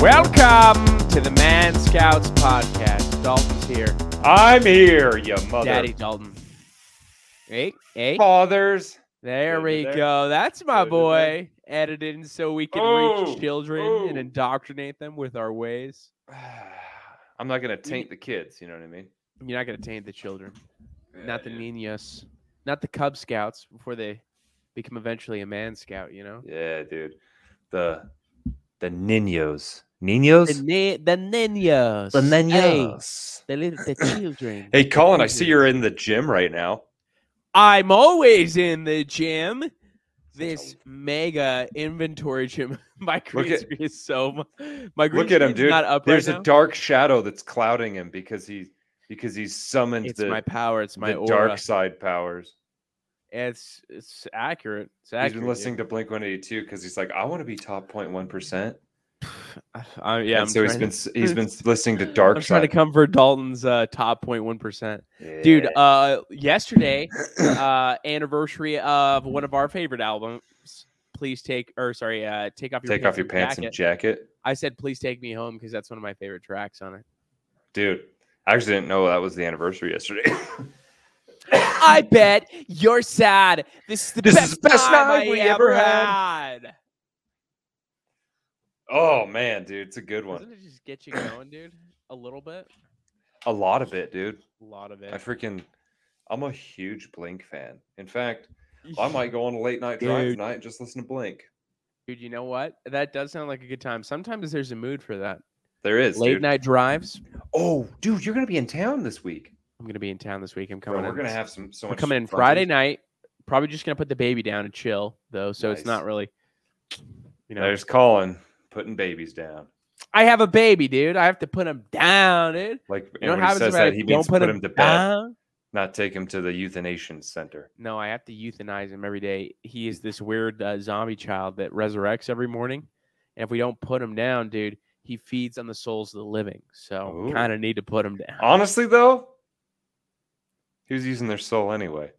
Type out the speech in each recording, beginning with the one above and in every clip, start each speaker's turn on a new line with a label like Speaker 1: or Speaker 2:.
Speaker 1: Welcome to the Man Scouts podcast. Dalton's here.
Speaker 2: I'm here, you mother.
Speaker 1: Daddy Dalton. Hey, hey.
Speaker 2: Fathers.
Speaker 1: There
Speaker 2: Good
Speaker 1: we
Speaker 2: there.
Speaker 1: go. That's my
Speaker 2: Good
Speaker 1: boy. Edited in so we can
Speaker 2: Oh,
Speaker 1: reach children and
Speaker 2: oh.
Speaker 1: indoctrinate them with our ways.
Speaker 2: I'm not gonna taint the kids. You know what I mean?
Speaker 1: You're not going to taint the children, not the niños, not the Cub Scouts before they become eventually a Man Scout, you know?
Speaker 2: Yeah, dude. The the ninos.
Speaker 1: The,
Speaker 2: Ninos.
Speaker 1: ni- the niños.
Speaker 2: The
Speaker 1: Hey,
Speaker 2: ninos.
Speaker 1: the, little, the children.
Speaker 2: Hey, Colin. I see you're in the gym right now.
Speaker 1: I'm always in the gym.
Speaker 2: a-
Speaker 1: This mega inventory gym. My green
Speaker 2: at-
Speaker 1: screen is so. mu- My green
Speaker 2: Look at him,
Speaker 1: screen's
Speaker 2: dude.
Speaker 1: Not up
Speaker 2: There's
Speaker 1: right
Speaker 2: a
Speaker 1: now.
Speaker 2: dark shadow that's clouding him because he because he's summoned
Speaker 1: It's
Speaker 2: the,
Speaker 1: my power. It's my
Speaker 2: the
Speaker 1: aura.
Speaker 2: dark side powers.
Speaker 1: It's it's accurate. It's accurate.
Speaker 2: He's been listening to Blink 182 because he's like, I want to be top 0.1 percent.
Speaker 1: I, yeah,
Speaker 2: And
Speaker 1: I'm
Speaker 2: so he's
Speaker 1: trying
Speaker 2: been
Speaker 1: to-
Speaker 2: s- he's been listening to Dark
Speaker 1: I'm trying to
Speaker 2: Side.
Speaker 1: come for Dalton's uh, top 0.1 percent, dude. Uh, yesterday, uh, anniversary of one of our favorite albums. Please take or sorry, uh, take off your
Speaker 2: Take off your pants
Speaker 1: jacket.
Speaker 2: and jacket.
Speaker 1: I said, please take me home because that's one of my favorite tracks on it.
Speaker 2: Dude, I actually didn't know that was the anniversary yesterday.
Speaker 1: I bet you're sad. This is the
Speaker 2: This
Speaker 1: best,
Speaker 2: is the best
Speaker 1: time
Speaker 2: night
Speaker 1: I
Speaker 2: we
Speaker 1: ever,
Speaker 2: ever
Speaker 1: had.
Speaker 2: oh man, dude, it's a good
Speaker 1: Doesn't
Speaker 2: one.
Speaker 1: it just get you going, dude? A little bit,
Speaker 2: A lot of it, dude.
Speaker 1: a lot of
Speaker 2: I
Speaker 1: it.
Speaker 2: freaking I'm a huge Blink fan. In fact, I might go on a late night drive
Speaker 1: Dude.
Speaker 2: tonight and just listen to Blink.
Speaker 1: dude. You know what? That does sound like a good time. Sometimes there's a mood for that.
Speaker 2: There is
Speaker 1: Late
Speaker 2: dude.
Speaker 1: night drives.
Speaker 2: Oh, dude, you're gonna be in town this week.
Speaker 1: I'm gonna be in town this week. I'm
Speaker 2: Bro,
Speaker 1: coming.
Speaker 2: we're
Speaker 1: in.
Speaker 2: gonna have some so
Speaker 1: We're
Speaker 2: much
Speaker 1: coming in
Speaker 2: fun
Speaker 1: Friday
Speaker 2: things.
Speaker 1: night. Probably just gonna put the baby down and chill though, so it's
Speaker 2: Nice.
Speaker 1: not really. You know,
Speaker 2: There's Colin putting babies down.
Speaker 1: I have a baby, dude. I have to put him down, dude.
Speaker 2: Like
Speaker 1: You know what
Speaker 2: and when he
Speaker 1: happens
Speaker 2: says
Speaker 1: if I
Speaker 2: that he
Speaker 1: don't
Speaker 2: means
Speaker 1: put,
Speaker 2: put
Speaker 1: him
Speaker 2: him to bed,
Speaker 1: down?
Speaker 2: not take him to the euthanation center.
Speaker 1: No, I have to euthanize him every day. He is this weird uh, zombie child that resurrects every morning, and if we don't put him down, dude, he feeds on the souls of the living. So
Speaker 2: Ooh.
Speaker 1: kind of need to put him down.
Speaker 2: Honestly though, who's using their soul anyway?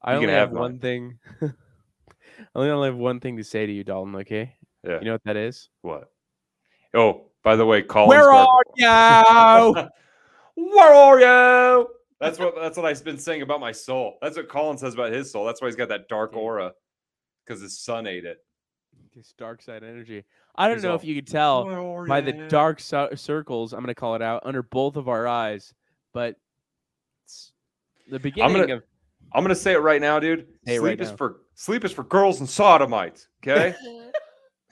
Speaker 1: I
Speaker 2: you
Speaker 1: only
Speaker 2: can
Speaker 1: have
Speaker 2: have mine.
Speaker 1: one thing. I only only have one thing to say to you, Dalton. Okay,
Speaker 2: Yeah.
Speaker 1: you know what that is?
Speaker 2: What? Oh, by the way, Colin's
Speaker 1: Where
Speaker 2: gar-
Speaker 1: are you?
Speaker 2: Where are you? That's what that's what I've been saying about my soul. That's what Colin says about his soul. That's why he's got that dark
Speaker 1: Dude.
Speaker 2: aura. Because his son ate it.
Speaker 1: this dark side energy. I don't
Speaker 2: He's
Speaker 1: know if
Speaker 2: all,
Speaker 1: you could tell.
Speaker 2: Where are
Speaker 1: Oh, by the
Speaker 2: ya?"
Speaker 1: dark cir- circles. I'm going to call it out under both of our eyes, but it's the beginning
Speaker 2: gonna-
Speaker 1: of
Speaker 2: I'm gonna say it right now, dude.
Speaker 1: Say it
Speaker 2: sleep
Speaker 1: right
Speaker 2: is
Speaker 1: now.
Speaker 2: for sleep is for girls and sodomites. Okay.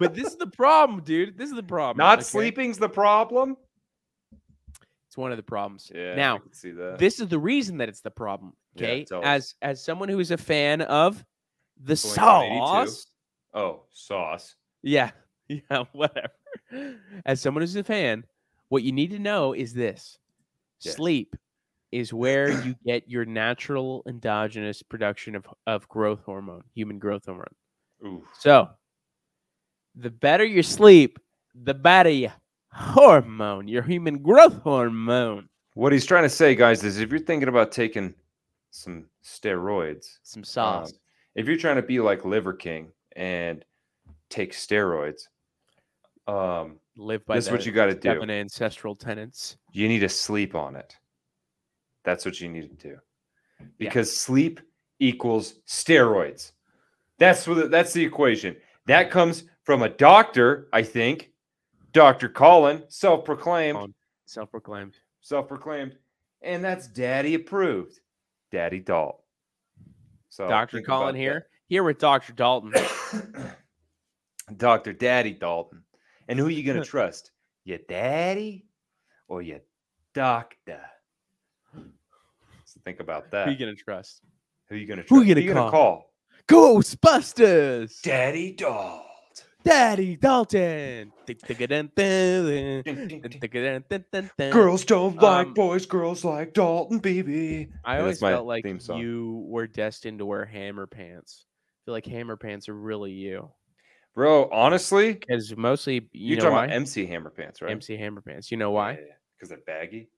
Speaker 1: but this is the problem, dude. This is the problem.
Speaker 2: Not
Speaker 1: okay?
Speaker 2: sleeping's the problem.
Speaker 1: It's one of the problems.
Speaker 2: Yeah. I
Speaker 1: Now,
Speaker 2: can see that.
Speaker 1: this is the reason that it's the problem.
Speaker 2: Yeah,
Speaker 1: Okay.
Speaker 2: tell us.
Speaker 1: as as someone who is a fan of the
Speaker 2: Blink-182.
Speaker 1: sauce.
Speaker 2: Oh, sauce.
Speaker 1: Yeah. Yeah, whatever. As someone who's a fan, what you need to know is this
Speaker 2: Yeah.
Speaker 1: sleep is where you get your natural endogenous production of, of growth hormone, human growth hormone.
Speaker 2: Ooh.
Speaker 1: So the better you sleep, the better your hormone, your human growth hormone.
Speaker 2: What he's trying to say, guys, is if you're thinking about taking some steroids,
Speaker 1: Some
Speaker 2: Um,
Speaker 1: sauce.
Speaker 2: if you're trying to be like Liver King and take steroids, um,
Speaker 1: Live by
Speaker 2: this is what
Speaker 1: the
Speaker 2: you got to do.
Speaker 1: seven ancestral tenants.
Speaker 2: You need to sleep on it. That's what you need to do, because sleep equals steroids. That's what the- that's the equation. That comes from a doctor, I think, Doctor Colin, self-proclaimed,
Speaker 1: Colin. Self-proclaimed.
Speaker 2: self-proclaimed, and that's Daddy approved, Daddy Dalt. So
Speaker 1: Dr.
Speaker 2: Oh, think
Speaker 1: Colin
Speaker 2: about that.
Speaker 1: here. Here with Dr. Dalton.
Speaker 2: Dr. Daddy Dalton. And who are you going to trust? Your daddy or your doctor? So think about that.
Speaker 1: Who you gonna trust?
Speaker 2: Who you going to trust?
Speaker 1: who you gonna
Speaker 2: gonna
Speaker 1: call?
Speaker 2: call?
Speaker 1: Ghostbusters.
Speaker 2: Daddy Dalt.
Speaker 1: Daddy Dalton.
Speaker 2: Ding, ding, ding.
Speaker 1: Girl,
Speaker 2: Girls don't like
Speaker 1: Um,
Speaker 2: boys. Girls like Dalton, baby.
Speaker 1: I
Speaker 2: Yeah,
Speaker 1: always
Speaker 2: that's my
Speaker 1: felt like
Speaker 2: theme song.
Speaker 1: you were destined to wear hammer pants. I feel like hammer pants are really you,
Speaker 2: Bro, honestly,
Speaker 1: because mostly you
Speaker 2: you are
Speaker 1: know
Speaker 2: talking
Speaker 1: why
Speaker 2: about MC Hammer Pants, right?
Speaker 1: MC hammer pants. You know why?
Speaker 2: Because they're baggy.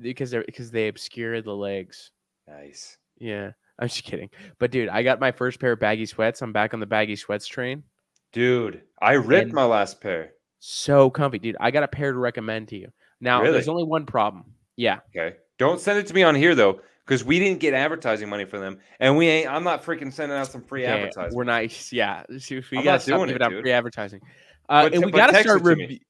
Speaker 1: Because they're because they obscure the legs.
Speaker 2: Nice.
Speaker 1: Yeah, I'm just kidding. But dude, I got my first pair of baggy sweats. I'm back on the baggy sweats train.
Speaker 2: Dude, I ripped
Speaker 1: And-
Speaker 2: my last pair.
Speaker 1: So comfy, dude. I got a pair to recommend to you. Now, there's
Speaker 2: Really?
Speaker 1: only one problem. Yeah.
Speaker 2: Okay. Don't send it to me on here though, because we didn't get advertising money for them. And we ain't I'm not freaking sending out some free
Speaker 1: Yeah,
Speaker 2: advertising.
Speaker 1: We're nice. Yeah. See, if we
Speaker 2: I'm
Speaker 1: gotta
Speaker 2: not
Speaker 1: stop
Speaker 2: doing
Speaker 1: giving
Speaker 2: it,
Speaker 1: out
Speaker 2: dude.
Speaker 1: free advertising. Uh,
Speaker 2: But
Speaker 1: and
Speaker 2: t-
Speaker 1: we
Speaker 2: but
Speaker 1: gotta
Speaker 2: text
Speaker 1: start
Speaker 2: it to me.
Speaker 1: reviewing.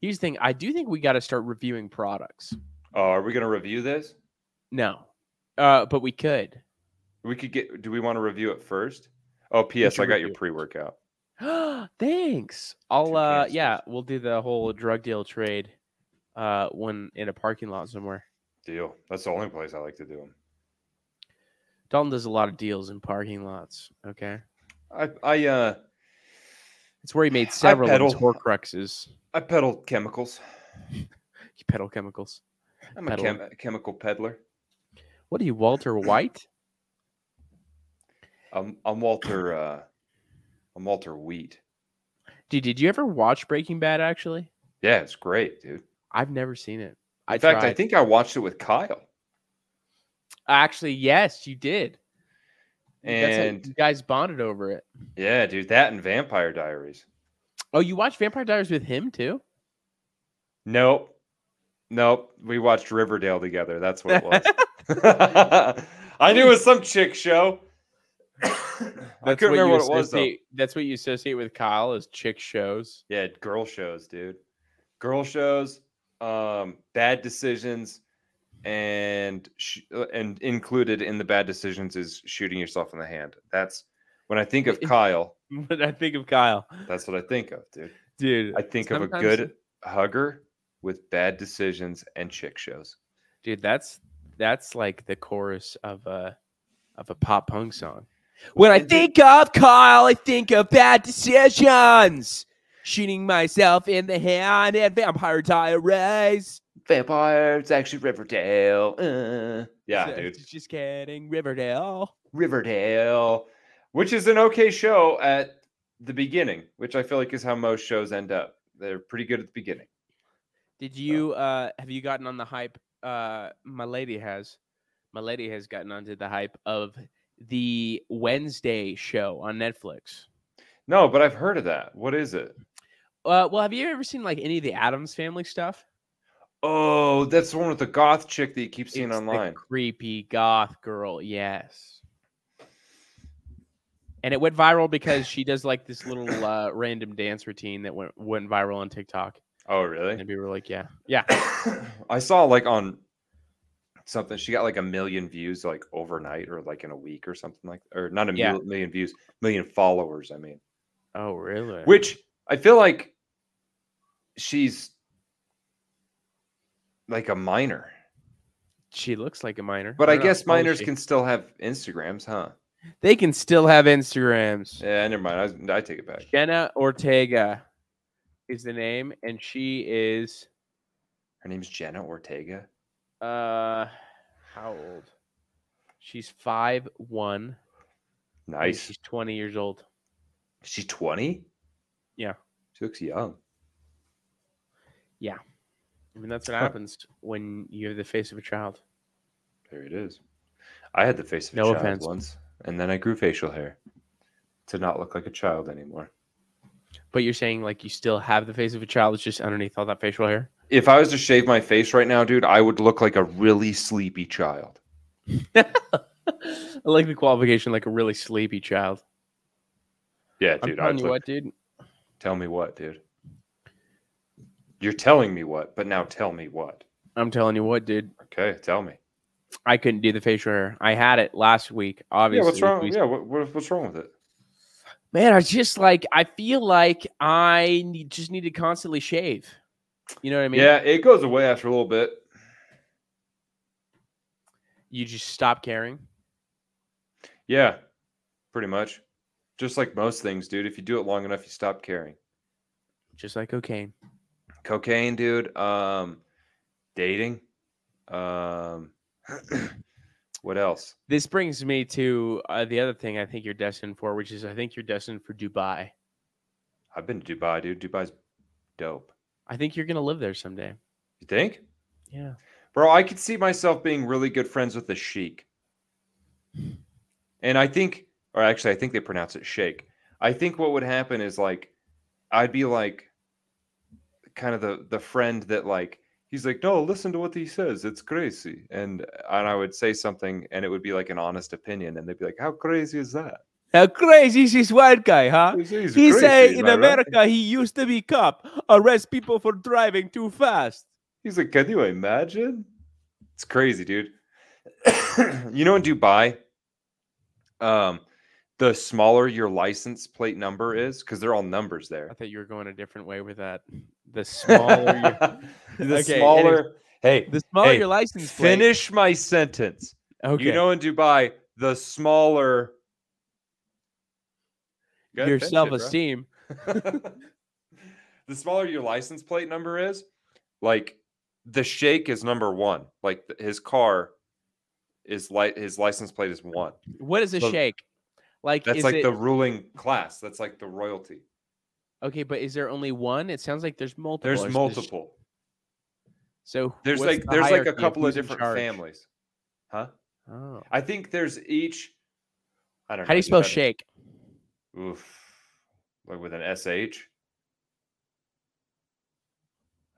Speaker 1: Here's the thing. I do think we gotta start reviewing products.
Speaker 2: Oh, are we gonna review this?
Speaker 1: No. Uh, but we could.
Speaker 2: We could get do we want to review it first? Oh, PS,
Speaker 1: should
Speaker 2: I got
Speaker 1: review
Speaker 2: your
Speaker 1: it.
Speaker 2: pre-workout.
Speaker 1: Thanks.
Speaker 2: Two
Speaker 1: I'll uh
Speaker 2: canisters.
Speaker 1: yeah, we'll do the whole drug deal trade uh when in a parking lot somewhere.
Speaker 2: Deal. That's the only place I like to do them.
Speaker 1: Dalton does a lot of deals in parking lots. Okay.
Speaker 2: I I uh
Speaker 1: It's where he made several of his
Speaker 2: pedal.
Speaker 1: horcruxes.
Speaker 2: I peddle chemicals.
Speaker 1: You pedal chemicals.
Speaker 2: I'm
Speaker 1: Peddle.
Speaker 2: a chem- chemical peddler.
Speaker 1: What are you, Walter White?
Speaker 2: I'm I'm Walter uh I'm Walter Wheat.
Speaker 1: Dude, did you ever watch Breaking Bad actually?
Speaker 2: Yeah, it's great, dude. In
Speaker 1: I've never seen it. I
Speaker 2: fact, I
Speaker 1: tried.
Speaker 2: think I watched it with Kyle.
Speaker 1: actually yes, you did. That's how
Speaker 2: And
Speaker 1: you guys bonded over it.
Speaker 2: yeah, dude, that and Vampire Diaries.
Speaker 1: Oh, you watched Vampire Diaries with him too?
Speaker 2: Nope. Nope. We watched Riverdale together. That's what it was. I knew it was some chick show. I couldn't
Speaker 1: you
Speaker 2: remember what it was though.
Speaker 1: associate- That's what you associate with Kyle is chick shows.
Speaker 2: Yeah, girl shows, dude. Girl shows, um, bad decisions, and sh- uh, and included in the bad decisions is shooting yourself in the hand. That's when I think of
Speaker 1: It-
Speaker 2: Kyle.
Speaker 1: When I think of Kyle,
Speaker 2: That's what I think of, dude.
Speaker 1: dude,
Speaker 2: I think of a
Speaker 1: sometimes-
Speaker 2: good hugger with bad decisions and chick shows.
Speaker 1: dude. That's that's like the chorus of a of a pop punk song. When I
Speaker 2: and dude-
Speaker 1: think of Kyle, I think of bad decisions, shooting myself in the hand, and vampire diaries.
Speaker 2: Vampires, actually Riverdale. uh. Yeah,
Speaker 1: So,
Speaker 2: dude.
Speaker 1: Just kidding, Riverdale.
Speaker 2: Riverdale, which is an okay show at the beginning, which I feel like is how most shows end up. They're pretty good at the beginning.
Speaker 1: Did
Speaker 2: Oh.
Speaker 1: you uh have you gotten on the hype? Uh my lady has. My lady has gotten onto the hype of the Wednesday show on Netflix.
Speaker 2: No, but I've heard of that. What is it?
Speaker 1: Uh well, have you ever seen like any of the Adams family stuff?
Speaker 2: Oh, that's the one with the goth chick that you keep seeing
Speaker 1: It's the
Speaker 2: online.
Speaker 1: creepy goth girl, yes. And it went viral because she does like this little uh, random dance routine that went went viral on TikTok.
Speaker 2: Oh,
Speaker 1: And
Speaker 2: really?
Speaker 1: people were like, yeah. Yeah.
Speaker 2: I saw like on something she got like a million views like overnight or like in a week or something like or not a
Speaker 1: Yeah.
Speaker 2: mil- million views, million followers, I mean.
Speaker 1: Oh, really?
Speaker 2: which I feel like she's like a minor,
Speaker 1: she looks like a minor.
Speaker 2: but I,
Speaker 1: don't know,
Speaker 2: guess
Speaker 1: how old is
Speaker 2: minors
Speaker 1: she?
Speaker 2: can still have Instagrams, huh?
Speaker 1: they can still have Instagrams.
Speaker 2: Yeah, never mind. I, was- I take it back.
Speaker 1: Jenna Ortega is the name, and she is
Speaker 2: Her name's Jenna Ortega.
Speaker 1: uh how old? She's five one.
Speaker 2: Nice.
Speaker 1: She's twenty years old.
Speaker 2: She's 20.
Speaker 1: Yeah.
Speaker 2: She looks young.
Speaker 1: I mean, that's what
Speaker 2: Huh.
Speaker 1: happens when you have the face of a child.
Speaker 2: There it is. I had the face of
Speaker 1: No
Speaker 2: a child
Speaker 1: offense.
Speaker 2: once, and then I grew facial hair to not look like a child anymore.
Speaker 1: But you're saying like you still have the face of a child. It's just underneath all that facial hair.
Speaker 2: If I was to shave my face right now, dude, I would look like a really sleepy child.
Speaker 1: I like the qualification, like a really sleepy child.
Speaker 2: Yeah,
Speaker 1: I'm
Speaker 2: dude. I
Speaker 1: telling
Speaker 2: would
Speaker 1: you
Speaker 2: look
Speaker 1: what, dude.
Speaker 2: Tell me what, dude. You're telling me what, but now tell me what.
Speaker 1: I'm telling you what, dude.
Speaker 2: Okay, tell me.
Speaker 1: I couldn't do the facial hair. I had it last week. Obviously,
Speaker 2: yeah, what's wrong?
Speaker 1: we
Speaker 2: Yeah, what, what, what's wrong with it?
Speaker 1: Man, I just like I feel like I need, just need to constantly shave. You know what I mean?
Speaker 2: yeah, it goes away after a little bit.
Speaker 1: You just stop caring.
Speaker 2: Yeah, pretty much. Just like most things, dude. If you do it long enough, you stop caring.
Speaker 1: Just like cocaine.
Speaker 2: Cocaine, dude. Um, dating. Um, what else?
Speaker 1: This brings me to uh, the other thing I think you're destined for, which is I think you're destined for Dubai.
Speaker 2: I've been to Dubai, dude. Dubai's dope.
Speaker 1: I think you're gonna live there someday.
Speaker 2: You think,
Speaker 1: Yeah.
Speaker 2: bro? I could see myself being really good friends with the Sheik. And I think, or actually, I think they pronounce it shake. I think what would happen is like I'd be like kind of the the friend that like he's like no listen to what he says it's crazy and and I would say something and it would be like an honest opinion and they'd be like how crazy is that
Speaker 1: How crazy is this white guy, huh?
Speaker 2: He's- he's
Speaker 1: He
Speaker 2: crazy,
Speaker 1: say
Speaker 2: am
Speaker 1: in
Speaker 2: I right?"
Speaker 1: America he used to be cop, arrest people for driving too fast.
Speaker 2: He's like, can you imagine? It's crazy, dude. you know, in Dubai, um, the smaller your license plate number is, because they're all numbers there.
Speaker 1: I thought you were going a different way with that. The smaller your,
Speaker 2: the
Speaker 1: Okay, anyways.
Speaker 2: smaller. Hey,
Speaker 1: the smaller
Speaker 2: Hey,
Speaker 1: your license plate.
Speaker 2: finish my sentence.
Speaker 1: Okay.
Speaker 2: You know, in Dubai, the smaller Gotta
Speaker 1: your
Speaker 2: finish it,
Speaker 1: self
Speaker 2: bro.
Speaker 1: esteem.
Speaker 2: the smaller your license plate number is, like the shake is number one. Like th- his car is like his license plate is one.
Speaker 1: What is a
Speaker 2: So-
Speaker 1: shake? Like
Speaker 2: That's
Speaker 1: is
Speaker 2: like
Speaker 1: it,
Speaker 2: the ruling class. That's like the royalty.
Speaker 1: okay, but is there only one? It sounds like there's multiple.
Speaker 2: There's
Speaker 1: or is this-
Speaker 2: multiple.
Speaker 1: So
Speaker 2: There's
Speaker 1: what's
Speaker 2: like
Speaker 1: the
Speaker 2: there's like
Speaker 1: hierarchy
Speaker 2: a couple of
Speaker 1: who's in
Speaker 2: different
Speaker 1: charge?
Speaker 2: families. Huh?
Speaker 1: Oh.
Speaker 2: I think there's each. I don't know.
Speaker 1: How do you
Speaker 2: dude,
Speaker 1: spell
Speaker 2: I don't-
Speaker 1: shake?
Speaker 2: Oof. Like with an SH?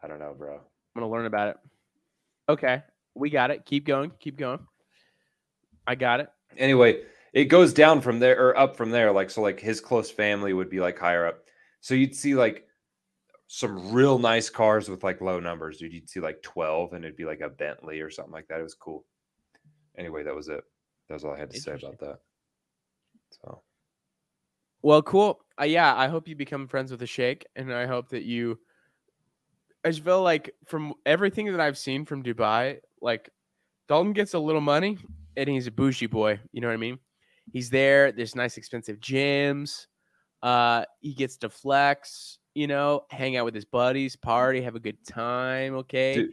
Speaker 2: I don't know, bro.
Speaker 1: I'm gonna learn about it. Okay, we got it. Keep going. Keep going. I got it.
Speaker 2: anyway, it goes down from there or up from there. Like so, like his close family would be like higher up. So you'd see like some real nice cars with like low numbers, dude. You'd see like twelve, and it'd be like a Bentley or something like that. It was cool. Anyway, that was it. That was all I had to say about that. So
Speaker 1: Well, cool. Uh, yeah, I hope you become friends with a shake, and I hope that you. I just feel like from everything that I've seen from Dubai, like Dalton gets a little money, and he's a bougie boy. You know what I mean? He's there. There's nice, expensive gyms. Uh, he gets to flex. You know, hang out with his buddies, party, have a good time. Okay,
Speaker 2: Dude,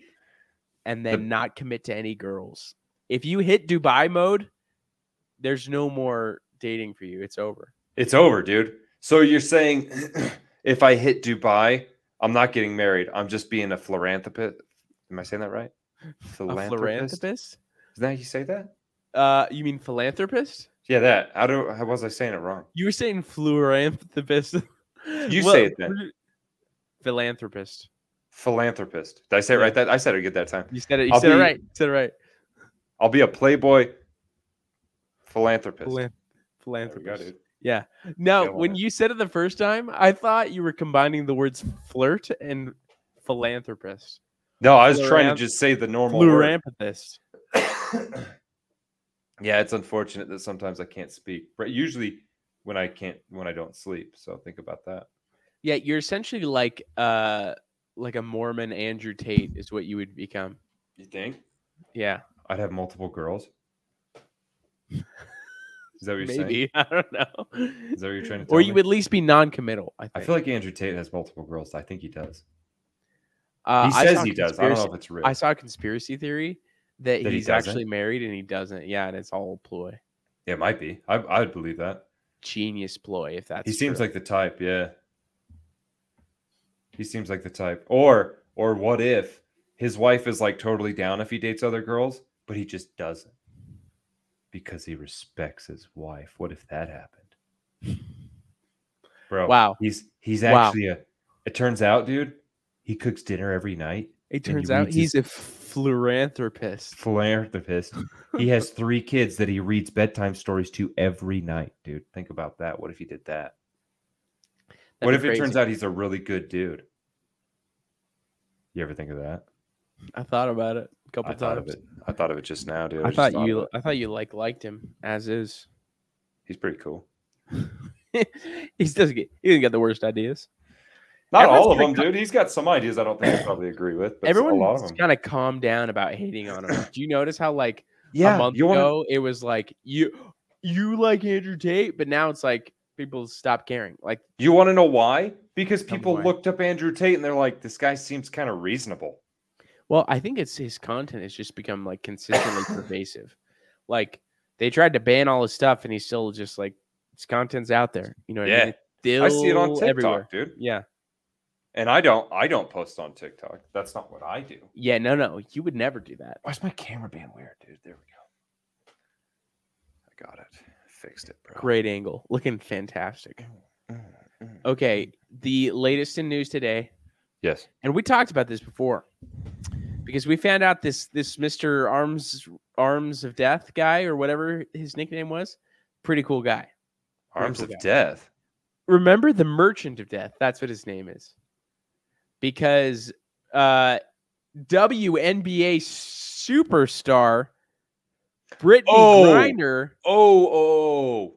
Speaker 1: and
Speaker 2: the-
Speaker 1: then not commit to any girls. If you hit Dubai mode, there's no more dating for you. It's over.
Speaker 2: it's over, dude. So you're saying if I hit Dubai, I'm not getting married. I'm just being a philanthropist. Am I saying that right?
Speaker 1: A
Speaker 2: Philanthropist. Isn't
Speaker 1: philanthropist?
Speaker 2: that how you say that?
Speaker 1: Uh, you mean philanthropist?
Speaker 2: Yeah, that. I don't. How was I saying it wrong?
Speaker 1: You were saying philanthropist.
Speaker 2: You
Speaker 1: Well,
Speaker 2: say it then.
Speaker 1: ph- Philanthropist.
Speaker 2: Philanthropist. Did I say it
Speaker 1: Yeah.
Speaker 2: right? That I said it good that time.
Speaker 1: You said it. You
Speaker 2: I'll
Speaker 1: said it
Speaker 2: be
Speaker 1: right. You said it right.
Speaker 2: I'll be a playboy philanthropist.
Speaker 1: Philan-
Speaker 2: There we go,
Speaker 1: philanthropist.
Speaker 2: dude.
Speaker 1: Yeah. Now,
Speaker 2: Go on
Speaker 1: when
Speaker 2: it.
Speaker 1: you said it the first time, I thought you were combining the words flirt and philanthropist.
Speaker 2: No, I was trying to
Speaker 1: Philanth-
Speaker 2: just say the normal word.
Speaker 1: Philanthropist.
Speaker 2: yeah, it's unfortunate that sometimes I can't speak. But usually when I can't when I don't sleep. So think about that.
Speaker 1: Yeah, you're essentially like uh like a Mormon Andrew Tate is what you would become.
Speaker 2: You think?
Speaker 1: Yeah,
Speaker 2: I'd have multiple girls. Is that what you're saying?
Speaker 1: maybe I don't know.
Speaker 2: Is that what you're trying to tell
Speaker 1: Or you
Speaker 2: me?
Speaker 1: would at least be non-committal. I, think.
Speaker 2: I feel like Andrew Tate has multiple girls. I think he does.
Speaker 1: Uh,
Speaker 2: he
Speaker 1: I
Speaker 2: says
Speaker 1: saw
Speaker 2: he
Speaker 1: a
Speaker 2: does. I don't know
Speaker 1: conspiracy-
Speaker 2: if it's real.
Speaker 1: I saw a conspiracy theory that,
Speaker 2: That he
Speaker 1: he's
Speaker 2: doesn't?
Speaker 1: actually married and he doesn't. Yeah, and it's all a ploy.
Speaker 2: it might be. I, I would believe that.
Speaker 1: Genius ploy, if that's
Speaker 2: he seems
Speaker 1: true.
Speaker 2: like the type yeah he seems like the type or or what if his wife is like totally down if he dates other girls but he just doesn't because he respects his wife what if that happened bro
Speaker 1: wow.
Speaker 2: he's he's
Speaker 1: Wow.
Speaker 2: actually a it turns out dude he cooks dinner every night
Speaker 1: It
Speaker 2: and he
Speaker 1: turns out
Speaker 2: reads his-
Speaker 1: he's a philanthropist.
Speaker 2: philanthropist he has three kids that he reads bedtime stories to every night dude think about that what if he did that what if it turns out he's a really good dude? You ever think of that?
Speaker 1: I thought about it a couple
Speaker 2: I
Speaker 1: times.
Speaker 2: thought of it. I thought of it just now, dude.
Speaker 1: I
Speaker 2: just
Speaker 1: thought
Speaker 2: of
Speaker 1: you.
Speaker 2: it.
Speaker 1: I thought you like liked him as is.
Speaker 2: He's pretty cool.
Speaker 1: he doesn't get. He doesn't get the worst ideas.
Speaker 2: Not
Speaker 1: Everyone's
Speaker 2: all of
Speaker 1: gonna
Speaker 2: them, dude. He's got some ideas I don't think I probably agree with, but
Speaker 1: Everyone
Speaker 2: a lot of them.
Speaker 1: kind of calmed down about hating on him. Do you notice how like a
Speaker 2: Yeah,
Speaker 1: month
Speaker 2: you want
Speaker 1: ago it was like you you like Andrew Tate, but now it's like people stop caring. Like
Speaker 2: you want to know why? Because
Speaker 1: Tell me
Speaker 2: people
Speaker 1: why.
Speaker 2: looked up Andrew Tate and they're like, this guy seems kind of reasonable.
Speaker 1: Well, I think it's his content has just become like consistently pervasive. Like they tried to ban all his stuff, and he's still just like his content's out there. You know, what I,
Speaker 2: Yeah.
Speaker 1: mean? It's
Speaker 2: I see it on
Speaker 1: still
Speaker 2: TikTok,
Speaker 1: everywhere.
Speaker 2: dude.
Speaker 1: Yeah,
Speaker 2: And I don't, I don't post on TikTok. That's not what I do.
Speaker 1: yeah, no, no, you would never do that.
Speaker 2: Why's my camera being weird, dude? There we go. I got it. Fixed it, bro. Mm,
Speaker 1: Great angle, looking fantastic. Okay, the latest in news today,
Speaker 2: Yes.
Speaker 1: and we talked about this before, because we found out this this Mister Arms Arms of Death guy or whatever his nickname was, pretty cool guy.
Speaker 2: Arms
Speaker 1: Wonderful
Speaker 2: of
Speaker 1: guy.
Speaker 2: Death.
Speaker 1: Remember the Merchant of Death? That's what his name is, because uh, WNBA superstar Brittany
Speaker 2: Oh.
Speaker 1: Griner.
Speaker 2: Oh, oh,